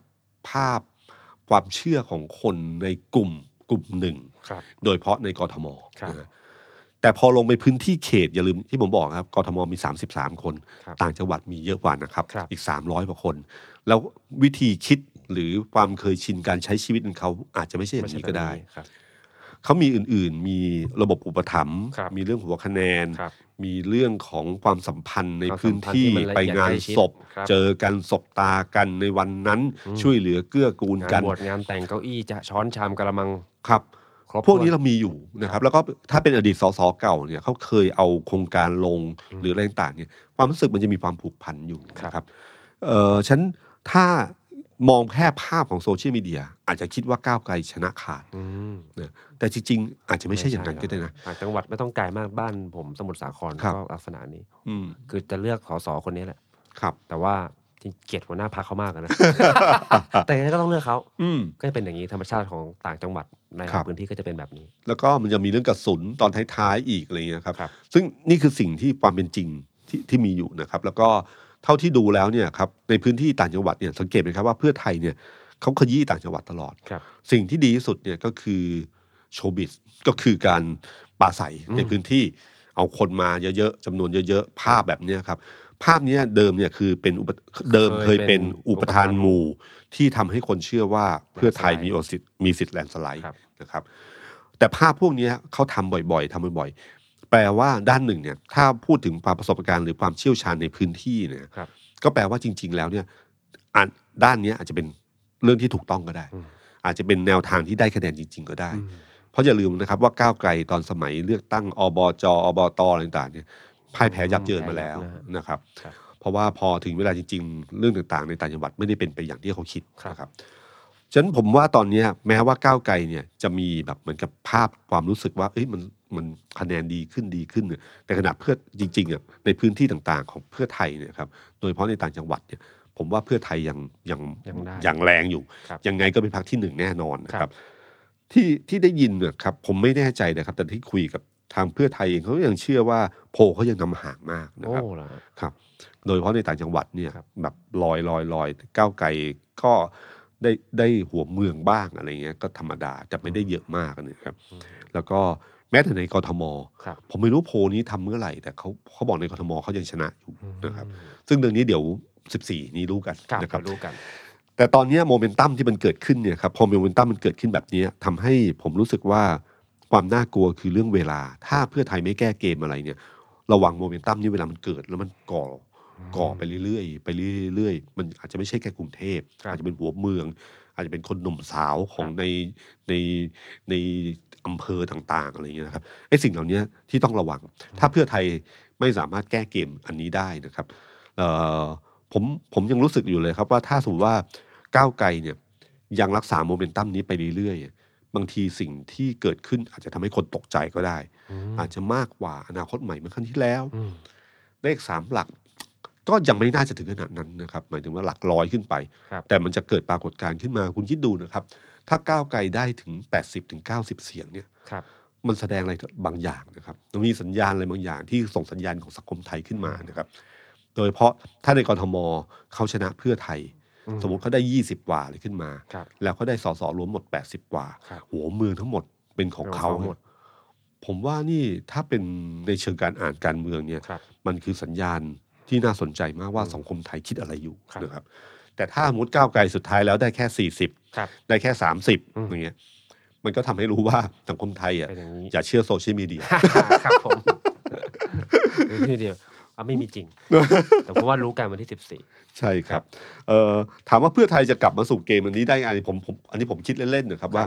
S2: ภาพความเชื่อของคนในกลุ่มกลุ่มหนึ่ง
S3: ครับ
S2: โดยเฉพาะในกรทม
S3: ครับ
S2: นะฮะแต่พอลงไปพื้นที่เขตอย่าลืมที่ผมบอกครับกรทมมี 33 คน
S3: ครับ
S2: ต่างจังหวัดมีเยอะกว่านะครับ
S3: ครับ
S2: อีก 300กว่าคน แล้ววิธีคิดหรือความเคยชินการใช้ชีวิตของเขาอาจจะไม่ใช่อย่างนี้ก็ได้
S3: ม่ใช่แบบนี้ครับ
S2: เขามีอื่นๆ มีระบบอุปถัมภ์
S3: ครับ
S2: มีเรื่องหัวคะแนน
S3: ครับ
S2: มีเรื่องของความสัมพันธ์ใน
S3: ความสั
S2: พื้
S3: ม
S2: น
S3: พันธ์
S2: ที่
S3: ที่มันละเอียด
S2: ไปงาน
S3: ใกล้ชิด
S2: ศพ
S3: ครับ
S2: เจอกันศพตากันในวันนั้น
S3: อืม
S2: ช่วยเหลือเกื้อกูลกั
S3: งาน
S2: น
S3: บวชงานแต่งเก้าอี้จะช้อนชามกระมัง
S2: ครับ
S3: ครบ
S2: พวกนี้
S3: ถ้
S2: เรามีอยู่นะครับ แล้วก็ถ้าเป็นอดีตสสเก่าเนี่ยเขาเคยเอาโครงการลง
S3: อืม
S2: หรืออะไรต่างๆเนี่ยความรู้สึกมันจะมีความผูกพันอยู่
S3: ครับ
S2: นะครับเออฉันถ้า มองแค่ภาพของโซเชียลมีเดียอาจจะคิดว่าก้าวไกลชนะขาด
S3: อืม
S2: แต่จริงๆ อาจจะไม่ใช่อย่างนั้นก็ได้นะ
S3: ต่างจังหวัดไม่ต้องไกลมากบ้านผมสมุทรสาคร
S2: ครับ
S3: ก็ลักษณะนี้
S2: อืม
S3: คือจะเลือกสสคนนี้แหละ
S2: ครับ
S3: แต่ว่าจริงเกลียดหัวหน้าพักเขามาก อะนะ แต่ยังไงก็ต้องเลือกเขา
S2: อืม
S3: ก็จะเป็นอย่างนี้ธรรมชาติของต่างจังหวัดใน
S2: ครับ
S3: พื้นที่ก็จะเป็นแบบนี้
S2: แล้วก็มันจะมีเรื่องกระสุนตอนท้ายๆอีกอะไรเงี้ยครับ
S3: ครับ
S2: ซึ่งนี่คือสิ่งที่ความเป็นจริงที่ที่มีอยู่นะครับ แล้วก็เท่าที่ดูแล้วเนี่ยครับในพื้นที่ต่างจังหวัดเนี่ยสังเกตไหมครับว่าเพื่อไทยเนี่ยเขาขยี้ต่างจังหวัดตลอด
S3: ครับ
S2: สิ่งที่ดีที่สุดเนี่ยก็คือโชว์บิสก็คือการปราศัย
S3: อืม
S2: ในพื้นที่เอาคนมาเยอะๆจำนวนเยอะๆ ภาพแบบเนี้ยครับ ภาพเนี้ยเดิมเนี่ยคือเป็นอุปเดิมเคยเป็นอุปทานหมู่ ที่ทำให้คนเชื่อว่าเพื่อไทยมีโอสิทธิ์มีสิทธิ์แลนด์สไลด์
S3: ครับ
S2: นะครับ แต่ภาพพวกเนี้ยเขาทำบ่อยๆทำบ่อยๆ แปลว่าด้านหนึ่งเนี่ยถ้าพูดถึงความประสบการณ์หรือความเชี่ยวชาญในพื้นที่เนี่ย
S3: ครับ
S2: ก็แปลว่าจริง ๆ แล้วเนี่ยอ่ะด้านเนี้ยอาจจะเป็นเรื่องที่ถูกต้องก็ได้
S3: อืม
S2: อาจจะเป็นแนวทางที่ได้คะแนนจริง ๆ ก็ได้
S3: อืม
S2: เพราะอย่าลืมนะครับว่าก้าวไกลตอนสมัยเลือกตั้งอบจอบตอะไรต่างๆเนี่ยพ่ายแพ้ยับเยินมาแล้วนะครับ
S3: ครับ
S2: เพราะว่าพอถึงเวลาจริง ๆ เรื่องต่างๆ ในต่างจังหวัดไม่ได้เป็นไปอย่างที่เขาคิด
S3: ครับ
S2: นะครับฉะนั้นผมว่าตอนเนี้ยแม้ว่าก้าวไกลเนี่ยจะมีแบบเหมือนกับภาพความรู้สึกว่าเอ้ยมันมันคะแนนดีขึ้นดีขึ้นเนี่ยแต่ขณะเพื่อจริงๆอ่ะในพื้นที่ต่างๆ ของเพื่อไทยเนี่ยครับโดยเฉพาะในต่างจังหวัดเนี่ยผมว่าเพื่อไทยยังยัง
S3: ยังได้
S2: ยังแรงอยู่
S3: ครับ
S2: ยังไงก็เป็นพรรคที่หนึ่งแน่นอนนะค
S3: ครั
S2: รับ
S3: บ
S2: ที่ที่ได้ยินเนี่ยครับผมไม่แน่ใจนะครับ แต่ที่คุยกับทางเพื่อไทยเองเขายังเชื่อว่าโพลเขายังนำห่างมากนะ
S3: โอ้
S2: ครับ
S3: เหรอ
S2: ครับโดยเฉพาะในต่างจังหวัดเนี่ย
S3: ครับ
S2: แบบลอยลอยลอยก้าวไกลก็ได้ได้หัวเมืองบ้างอะไรเงี้ยก็ธรรมดาแต่ไม่ได้เยอะมากนะครับ
S3: อืม
S2: แล้วก็แม้แต่ในกทม
S3: ครับ
S2: ผมไม่รู้โพลนี้ทำเมื่อไหร่ แต่เขาเขาบอกในกทมเขายังชนะอยู่นะครับซึ่งเรื่องนี้เดี๋ยว 14 นี้รู้กัน
S3: กลับ
S2: นะค
S3: มา
S2: รับ
S3: รู้กัน
S2: แต่ตอนเนี้โมเมนตัมที่มันเกิดขึ้นเนี่ยครับพอโมเมนตัมมันเกิดขึ้นแบบเนี้ยทำให้ผมรู้สึกว่าความน่ากลัวคือเรื่องเวลา ถ้าเพื่อไทยไม่แก้เกมอะไรเนี่ย ระวังโมเมนตัมนี้เวลามันเกิดแล้วมันก่อ ก่อไปเรื่อยๆ ไปเรื่อยๆ มันอาจจะไม่ใช่แค่กรุงเทพ
S3: ครับ
S2: อาจจะเป็นหัวเมือง อาจจะเป็นคนหนุ่มสาวของ
S3: ครับ
S2: ในในในอำเภอต่างๆ อะไรอย่างเงี้ยนะครับไอ้สิ่งเหล่านี้ที่ต้องระวัง ถ้าเพื่อไทยไม่สามารถแก้เกมอันนี้ได้นะครับเอ่อผมผมยังรู้สึกอยู่เลยครับว่าถ้าสมมติว่าก้าวไกลเนี่ยยังรักษาโมเมนตัมนี้ไปเรื่อยๆ บางทีสิ่งที่เกิดขึ้นอาจจะทำให้คนตกใจก็ได้ อาจจะมากกว่าอนาคตใหม่เมื่อครั้งที่แล้ว เลขสามหลัก ก็ยังไม่น่าจะถึงขนาดนั้นนะครับ หมายถึงว่าหลักร้อยขึ้นไป
S3: ครับ
S2: แต่มันจะเกิดปรากฏการณ์ขึ้นมาคุณคิดดูนะครับ ถ้าก้าวไกลได้ถึง 80-90ถึง90 เสียงเนี่ย
S3: ครับ
S2: มันแสดงอะไรบางอย่างนะครับมันมีสัญญาณอะไรบางอย่างที่ส่งสัญญาณของสังคมไทยขึ้นมานะครับ โดยเฉพาะถ้าในกรทมเขาชนะเพื่อไทย
S3: อืม
S2: สมมติเขาได้ 20กว่าเลยขึ้นมา
S3: ครับ
S2: แล้วเขาได้สสรวมหมด 80กว่า
S3: ครับ
S2: หัวเมืองทั้งหมดเป็นของเขา
S3: เป็นของเขาหมด
S2: ผมว่านี่ถ้าเป็นในเชิงการอ่านการเมืองเนี่ย
S3: ครับ
S2: มันคือสัญญาณที่น่าสนใจมากว่า
S3: อืม
S2: สังคมไทยคิดอะไรอยู่
S3: ครับ
S2: นะครับ แต่ถ้าสมมุดก้าวไกลสุดท้ายแล้วได้แค่
S3: ครับ
S2: 40 ได้แค่ 30
S3: อืม
S2: อย่างเงี้ยมันก็ทำให้รู้ว่าสังคมไทยอ่ะ
S3: เป็นอย่างนี้
S2: อย่าเชื่อโซเชียลมีเดีย
S3: ครับผม นี่เดียวอ่ะไม่มีจริง แต่ผมว่ารู้กันวันที่สิบสี่
S2: ใช่ครับเอ่อถามว่าเพื่อไทยจะกลับมาสู่เกมอันนี้ได้ไงอันนี้ผมผมอันนี้ผมคิดเล่นๆนะครับว่า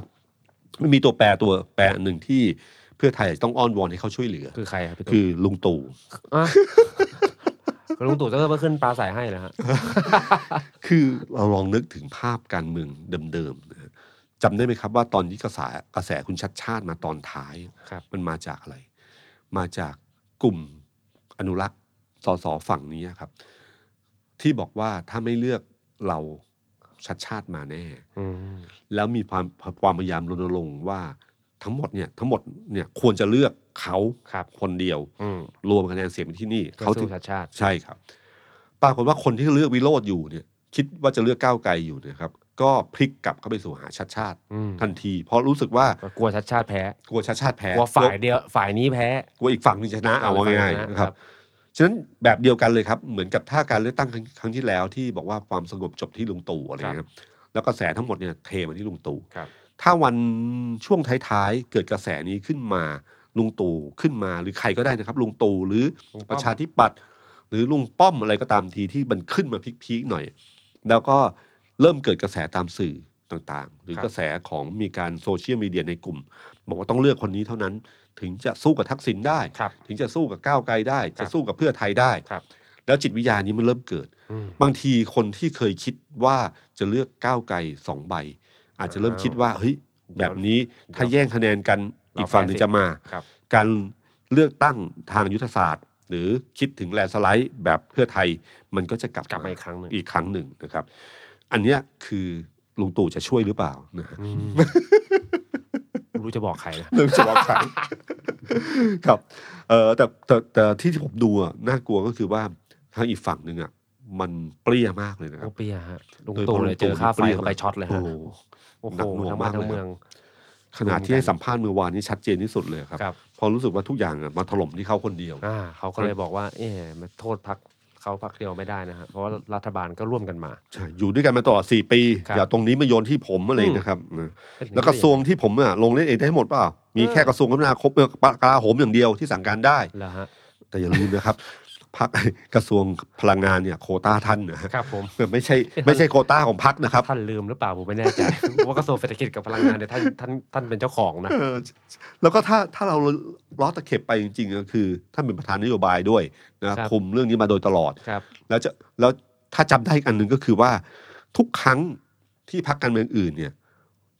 S2: มันมีตัวแปรตัวแปรอันหนึ่งที่เพื่อไทยต้องอ้อนวอนให้เขาช่วยเหลือ
S3: คือใครครับพี่
S2: คื
S3: ตุ้ม
S2: อลุงตู่
S3: ะลุงตู่จะมาขึ้นปลาใสให้แล้วฮะ
S2: คือเราลองนึกถึงภาพการเมืองเดิมๆนะฮะจำได้ไหมครับว่าตอนนี้กระแสกระแสคุณชัดชาติมาตอนท้าย
S3: ครับ
S2: มันมาจากอะไร มาจากกลุ่มอนุรักษ์สสฝั่งนี้ครับ ที่บอกว่าถ้าไม่เลือกเราชัดชาติมาแน่
S3: อืม
S2: แล้วมีความความพยายามรณรงค์ว่าทั้งหมดเนี่ยทั้งหมดเนี่ยควรจะเลือกเขา
S3: ครับ
S2: คนเดียว
S3: อืม
S2: รวมคะแนนเสียงเป็นที่นี่
S3: เขา
S2: เขา
S3: สู้
S2: ถึง
S3: ชาติชาติ
S2: ใช่ครับปรากฏว่าคนที่เลือกวิโรธอยู่เนี่ย คิดว่าจะเลือกก้าวไกลอยู่เนะครับ ก็พลิกกลับเข้าไปสู่หาชาติชาติ
S3: อืม
S2: ทันที เพราะรู้สึกว่า
S3: ก็กลัวชาติชาติแพ้
S2: กลัวชาติชาติแพ้
S3: กลัวฝ่ายเดียวฝ่ายนี้แพ้
S2: กลัวอีกฝั่งหนึงชนะเอา
S3: เอา
S2: ว่า
S3: อีกฝั่
S2: ง่าง ย
S3: ห
S2: ๆ
S3: นึ่งชนะ
S2: นะ
S3: ค
S2: ค
S3: รั
S2: รับ บฉะนั้นแบบเดียวกันเลยครับ เหมือนกับถ้าการเลือกตั้งครั้งครั้งที่แล้วที่บอกว่าความสงบจบที่ลุงตู่อะไรเงี้ยครับแล้วกระแสทั้งหมดเนี่ยเทมาที่ลุงตู่
S3: ครับ
S2: ถ้าวันช่วงท้ายๆ เกิดกระแสนี้ขึ้นมา ลุงตู่ขึ้นมาหรือใครก็ได้นะครับ ลุงตู่หรือ
S3: ลุง
S2: ป
S3: ป้อม
S2: ระชาธิปัตย์หรือลุงป้อมอะไรก็ตามทีที่มันขึ้นมาพีคๆหน่อย แล้วก็เริ่มเกิดกระแสตามสื่อต่างๆ หรือ
S3: ครับ
S2: กระแสของมีการโซเชียลมีเดียในกลุ่ม บอกว่าต้องเลือกคนนี้เท่านั้น ถึงจะสู้กับทักษิณได้
S3: ครับ
S2: ถึงจะสู้กับก้าวไกลได้
S3: ครับ
S2: จะสู้กับเพื่อไทยได้
S3: ครับ
S2: แล้วจิตวิทยานี้มันเริ่มเกิด
S3: อืม
S2: บางทีคนที่เคยคิดว่าจะเลือกก้าวไกลสองใบ อาจจะเริ่มคิดว่าเฮ้ยแบบนี้ถ้าแย่งคะแนนกันอีกฝั่งหนึ่งจะมา
S3: ครับ
S2: การเลือกตั้งทางยุทธศาสตร์ หรือคิดถึงแลนด์สไลด์แบบเพื่อไทยมันก็จะกลับ
S3: กลับมาอีกครั้งหนึ่ง
S2: อีกครั้งหนึ่งนะครับ อันเนี้ยคือลุงตู่จะช่วยหรือเปล่านะฮะ
S3: ไม่รู้จะบอกใครนะ
S2: เรื่องส วอปขายครับเออแต่แต่แต่ที่ที่ผมดูอะน่ากลัวก็คือว่าทางอีกฝั่งหนึ่งอ่ะมันเปรี้ยมากเลยนะครั
S3: โอบ เปียฮะลุง
S2: โดย
S3: ตู่
S2: พล
S3: เลยเจอ
S2: ตู่
S3: ค่าไฟ
S2: เปรี้ยว
S3: เข้าไปช็อตเลย
S2: โอ้
S3: ฮะ
S2: โห
S3: โอ้โห
S2: หนักหน่วง
S3: ทั้งบ้าน
S2: มากเลย
S3: ทั้งเมือง
S2: ขนาดที่ให้สัมภาษณ์เมื่อวานนี้ชัดเจนที่สุดเลยครับ
S3: ครับ
S2: พอรู้สึกว่าทุกอย่างอะมาถล่มที่เขาคนเดียว
S3: อ่าเขาก็เลยบอกว่า เอ๊ะมาโทษพักเขาพักเดียวไม่ได้นะฮะเพราะว่ารัฐบาลก็ร่วมกันมา
S2: ใช่อยู่ด้วยกันมาตลอดสี่ปี
S3: ครับ
S2: อย่าตรงนี้มาโยนที่ผมอะไรนะครับนะแล้วกระทรวงที่ผมอะลงเล่นเองได้หมดเปล่า มีแค่กระทรวงคมนาคมเอ่อกลาโหมอย่างเดียวที่สั่งการได้
S3: แล้วฮะ
S2: แต่อย่าลืมนะครับพัก กระทรวงพลังงานเนี่ย โควต้าท่านนะฮะ
S3: ครับผม
S2: ไม่ใช่ไม่ใช่โควต้าของพักนะครับ
S3: ท่านลืมหรือเปล่าผมไม่แน่ใจ ว่ากระทรวงเศรษฐกิจกับพลังงานเนี่ยท่านท่านท่านเป็นเจ้าของนะ
S2: เออแล้วก็ถ้าถ้าเราล้อตะเข็บไปจริงๆก็คือท่านเป็นประธานนโยบายด้วย
S3: ครั
S2: นะ
S3: บ
S2: คุมเรื่องนี้มาโดยตลอด
S3: ครับ
S2: แล้วจะแล้วถ้าจำได้อีกอันหนึ่งก็คือว่า ทุกครั้งที่พรรคการเมืองอื่นเนี่ย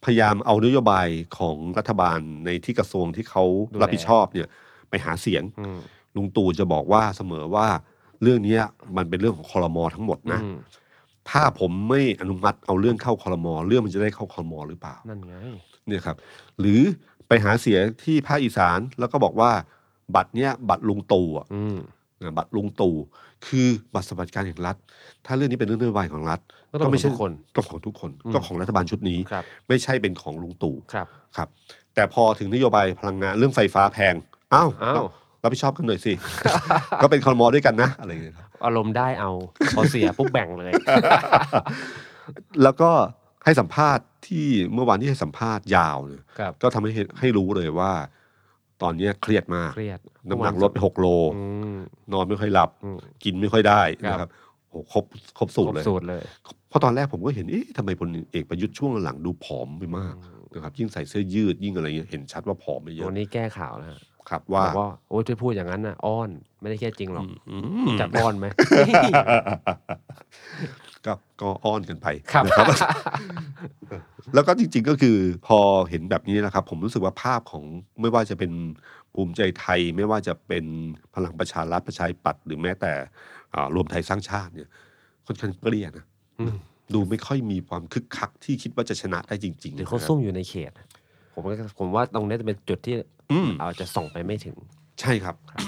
S2: พยายามเอานโยบายของรัฐบาลในที่กระทรวงที่เขารับผิดชอบเนี่ย ไปหาเสียง
S3: อืม
S2: ลุงตู่จะบอกว่าเสมอว่าเรื่องเนี้ยมันเป็นเรื่องของคอรมอทั้งหมดนะ
S3: อืม
S2: ถ้าผมไม่อนุมัติเอาเรื่องเข้าคอรมอเรื่องมันจะได้เข้าคอรมอหรือเปล่า
S3: นั่นไง
S2: เนี่ยครับหรือไปหาเสียงที่ภาคอีสานแล้วก็บอกว่า บัตรเนี้ยบัตรลุงตู่อะ
S3: อืม
S2: นะบัตรลุงตู่คือบัตรสวัสดิการแห่งรัฐ ถ้าเรื่องนี้เป็นเรื่องนโยบายของรัฐ
S3: ก็ต้อง
S2: ก็ไม่
S3: ไม่
S2: ใช่
S3: ใช่คน
S2: ก็ของทุกคน
S3: อืม
S2: ก็ของรัฐบาลชุดนี้
S3: ครับ
S2: ไม่ใช่เป็นของลุงตู่
S3: ครับ
S2: ครับแต่พอถึงนโยบายพลังงานเรื่องไฟฟ้าแพงอ้าว
S3: อ้าว
S2: รับผิดชอบกันหน่อยสิ ก็เป็นคอรมอด้วยกันนะอะไรอย่างเงี้ยครับ
S3: อารมณ์ได้เอาพอเสียปุ๊บแบ่งเลย
S2: แล้วก็ให้สัมภาษณ์ที่เมื่อวานที่ให้สัมภาษณ์ยาวเนี่ย
S3: ครับ
S2: ก็ทำให้เห็นให้รู้เลยว่า ตอนเนี้ยเครียดมาก
S3: เครียด
S2: น้ำหนักลดไปหกโล
S3: อืม
S2: นอนไม่ค่อยหลับ
S3: อืม
S2: กินไม่ค่อยได้
S3: ครับ
S2: นะครับโหครบครบสูตร
S3: ค
S2: เล
S3: บ
S2: ย
S3: สูตรเลย
S2: เพราะตอนแรกผมก็เห็นเอ๊ะทำไมพลเอกประยุทธ์ช่วงหลังดูผอมไปมากนะครับยิ่งใส่เสื้อยืดยิ่งอะไรเงี้ยเห็นชัดว่าผอมไปเยอะ
S3: วันนี้แก้ข่าวนะฮะ
S2: ครับว่า
S3: บอกว่าโอ้ยจะพูดอย่างนั้นน่ะอ้อนไม่ได้แค่จริงหรอก
S2: อืม
S3: จะอ้อนไหม
S2: ก็ก็อ้อนกันไป
S3: ครับ
S2: นะครับ แล้วก็จริงๆก็คือพอเห็นแบบนี้นะครับ ผมรู้สึกว่าภาพของไม่ว่าจะเป็นภูมิใจไทย ไม่ว่าจะเป็นพลังประชารัฐประชาธิปัตย์หรือแม้แต่อ่ารวมไทยสร้างชาติเนี่ยค่อนข้างเกลี้ยนะ
S3: อืม
S2: ดูไม่ค่อยมีความคึกคักที่คิดว่าจะชนะได้จริงๆ
S3: เดี๋ยวเขา
S2: นะครับ
S3: ซุ่มอยู่ในเขต ผมก็ผมว่าตรงนี้จะเป็นจุดที่
S2: อืม
S3: เอาจจะส่งไปไม่ถึง
S2: ใช่ครับ
S3: ครับ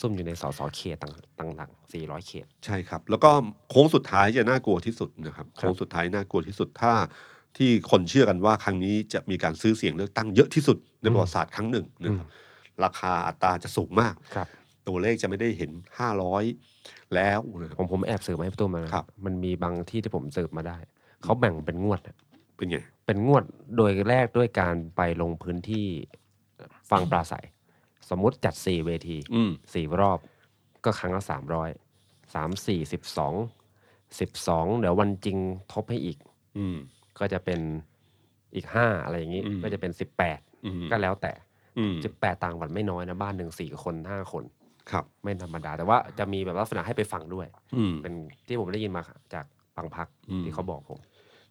S3: ซุ่มอยู่ในสสเขตต่างต่างหลัง400 เขต
S2: ใช่ครับ แล้วก็โค้งสุดท้ายจะน่ากลัวที่สุดนะครับ
S3: ครับ
S2: โค้งสุดท้ายน่ากลัวที่สุดถ้าที่คนเชื่อกันว่าครั้งนี้จะมีการซื้อเสียงเลือกตั้งเยอะที่สุดในประวัติศาสตร์ครั้งหนึ่งนะครับราคาอัตราจะสูงมาก
S3: ครับ
S2: ตัวเลขจะไม่ได้เห็น 500 แล้วนะค
S3: ผ
S2: รับ
S3: มผมแอบสืบมาให้พี่ตุ้มมานะครับ มันมีบางที่ที่ผมสืบมาได้ เขาแบ่งเป็นงวดอะ
S2: เป็นไง
S3: เป็นงวดโดยแรกด้วยการไปลงพื้นที่ฟังปราศัย สมมติจัดสี่เวที
S2: อืม
S3: สี่รอบก็ครั้งละสามร้อยสามสี่สิบสองสิบสองเดี๋ยววันจริงทบให้อีก
S2: อืม
S3: ก็จะเป็นอีกห้าอะไรอย่างนี้
S2: อืม
S3: ก็จะเป็นสิบแปด
S2: อืม
S3: ก็แล้วแต่
S2: อืม
S3: สิบแปดต่างวันไม่น้อยนะ บ้านหนึ่งสี่คนห้าคน
S2: ครับ
S3: ไม่ธรรมดา แต่ว่าจะมีแบบลักษณะให้ไปฟังด้วย
S2: อืม
S3: เป็นที่ผมได้ยินมาจากบางพัก
S2: อืม
S3: ที่เขาบอกผม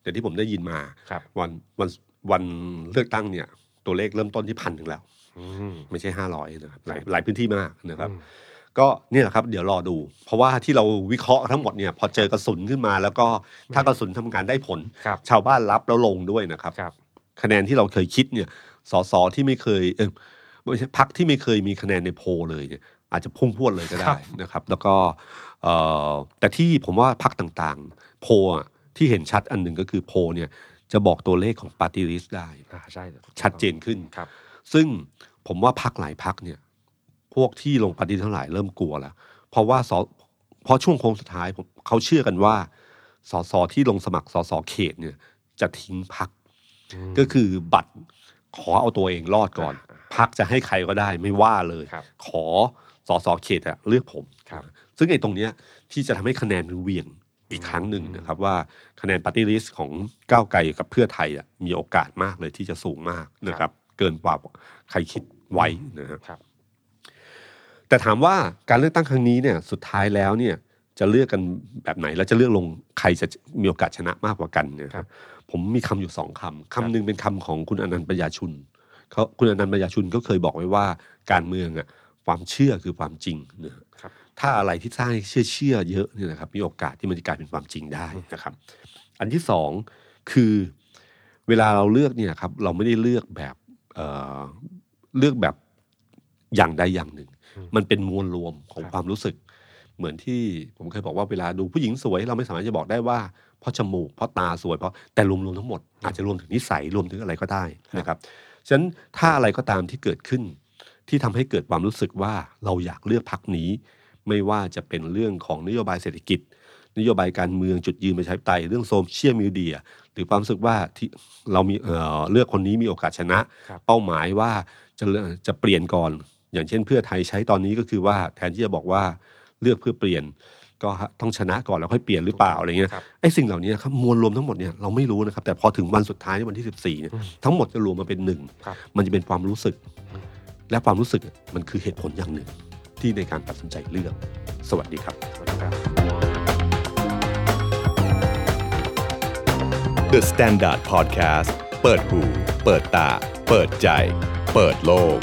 S2: แต่ที่ผมได้ยินมา
S3: ครับ
S2: วันวันวันเลือกตั้งเนี่ย ตัวเลขเริ่มต้นที่พันหนึ่งแล้ว
S3: อืม
S2: ไม่ใช่ห้าร้อยนะครับหลายหลายพื้นที่มากนะครับ
S3: อืม
S2: ก็เนี่ยแหละครับ เดี๋ยวรอดู เพราะว่าที่เราวิเคราะห์ทั้งหมดเนี่ย พอเจอกระสุนขึ้นมา แล้วก็ถ้ากระสุนทำงานได้ผล
S3: ครับ
S2: ชาวบ้านรับแล้วลงด้วยนะครับ
S3: ครับ
S2: คะแนนที่เราเคยคิดเนี่ยสสที่ไม่เคยเออไม่ใช่พักที่ไม่เคยมีคะแนนในโพลเลยเนี่ยอาจจะพุ่งพรวดเลยก็
S3: ครั
S2: ได้
S3: บ
S2: นะครับ แล้วก็เอ่อแต่ที่ผมว่าพักต่างๆ โพลอะที่เห็นชัดอันหนึ่งก็คือโพลเนี่ยจะบอกตัวเลขของปาร์ตี้ลิสได้
S3: อ่าใช่
S2: ชัดเจนขึ้น
S3: ครับ
S2: ซึ่งผมว่าพักหลายพักเนี่ย พวกที่ลงปฏิทั้งหลายเริ่มกลัวแล้ว เพราะว่าสอเพราะช่วงโค้งสุดท้ายผมเขาเชื่อกันว่าสสที่ลงสมัครสสเขตเนี่ย จะทิ้งพักก็คือบัตรขอเอาตัวเองรอดก่อน พักจะให้ใครก็ได้ไม่ว่าเลย
S3: ครับ
S2: ขอสสเขตอะเลือกผม
S3: ครับ
S2: ซึ่งไอ้ตรงเนี้ยที่จะทำให้คะแนนมันเหวี่ยงอีกครั้งหนึ่งนะครับว่าคะแนนปาร์ตี้ลิสต์ของก้าวไกลกับเพื่อไทยอะมีโอกาสมากเลยที่จะสูงมากนะครับ เกินกว่าใครคิดไว้นะฮะ
S3: ครับ
S2: แต่ถามว่าการเลือกตั้งครั้งนี้เนี่ยสุดท้ายแล้วเนี่ย จะเลือกกันแบบไหน แล้วจะเลือกลงใครจะมีโอกาสชนะมากกว่ากันเนยนะครับ ผมมีคำอยู่สองคำคำหนึ่งเป็นคำของคุณอนันต์ปัญญาชุนเขาคุณอนันต์ปัญญาชุนก็เคยบอกไว้ว่าการเมืองอะความเชื่อคือความจริงนะฮะ
S3: ครับ
S2: ถ้าอะไรที่สร้างให้เชื่อเชื่อเยอะเนี่ยนะครับ มีโอกาสที่มันจะกลายเป็นความจริงได้นะครับ อันที่สองคือเวลาเราเลือกเนี่ยครับ เราไม่ได้เลือกแบบเอ่อเลือกแบบอย่างใดอย่างหนึ่ง มันเป็นมวลรวมของ
S3: ครับ
S2: ความรู้สึก เหมือนที่ผมเคยบอกว่าเวลาดูผู้หญิงสวย เราไม่สามารถจะบอกได้ว่า เพราะจมูกเพราะตาสวยเพราะแต่รวมๆทั้งหมดอาจจะรวมถึงนิสัยรวมถึงอะไรก็ได้นะครับฉะนั้นถ้าอะไรก็ตามที่เกิดขึ้น ที่ทำให้เกิดความรู้สึกว่าเราอยากเลือกพักนี้ ไม่ว่าจะเป็นเรื่องของนโยบายเศรษฐกิจ นโยบายการเมืองจุดยืนประชาธิปไตยเรื่องโซเชียลมีเดียหรือความรู้สึกว่าที่เรามีเอ่อเลือกคนนี้มีโอกาสชนะ
S3: ครับ
S2: เป้าหมายว่าจะเลือกจะเปลี่ยนก่อน อย่างเช่นเพื่อไทยใช้ตอนนี้ก็คือว่าแทนที่จะบอกว่าเลือกเพื่อเปลี่ยน ก็ต้องชนะก่อนแล้วค่อยเปลี่ยนหรือเปล่าอะไรเงี้ย
S3: ครับ
S2: ไอ้สิ่งเหล่านี้ครับมวลรวมทั้งหมดเนี่ยเราไม่รู้นะครับแต่พอถึงวันสุดท้ายวันที่ 14เนี่ย
S3: อืม
S2: ทั้งหมดจะรวมมาเป็นหนึ่ง
S3: ครับ
S2: มันจะเป็นความรู้สึก และความรู้สึกมันคือเหตุผลอย่างหนึ่งที่ในการตัดสินใจเลือก สวัสดีครับ
S3: สวัสดีครับ
S1: The Standard Podcast เปิดหูเปิดตา เปิดใจ เปิดโลก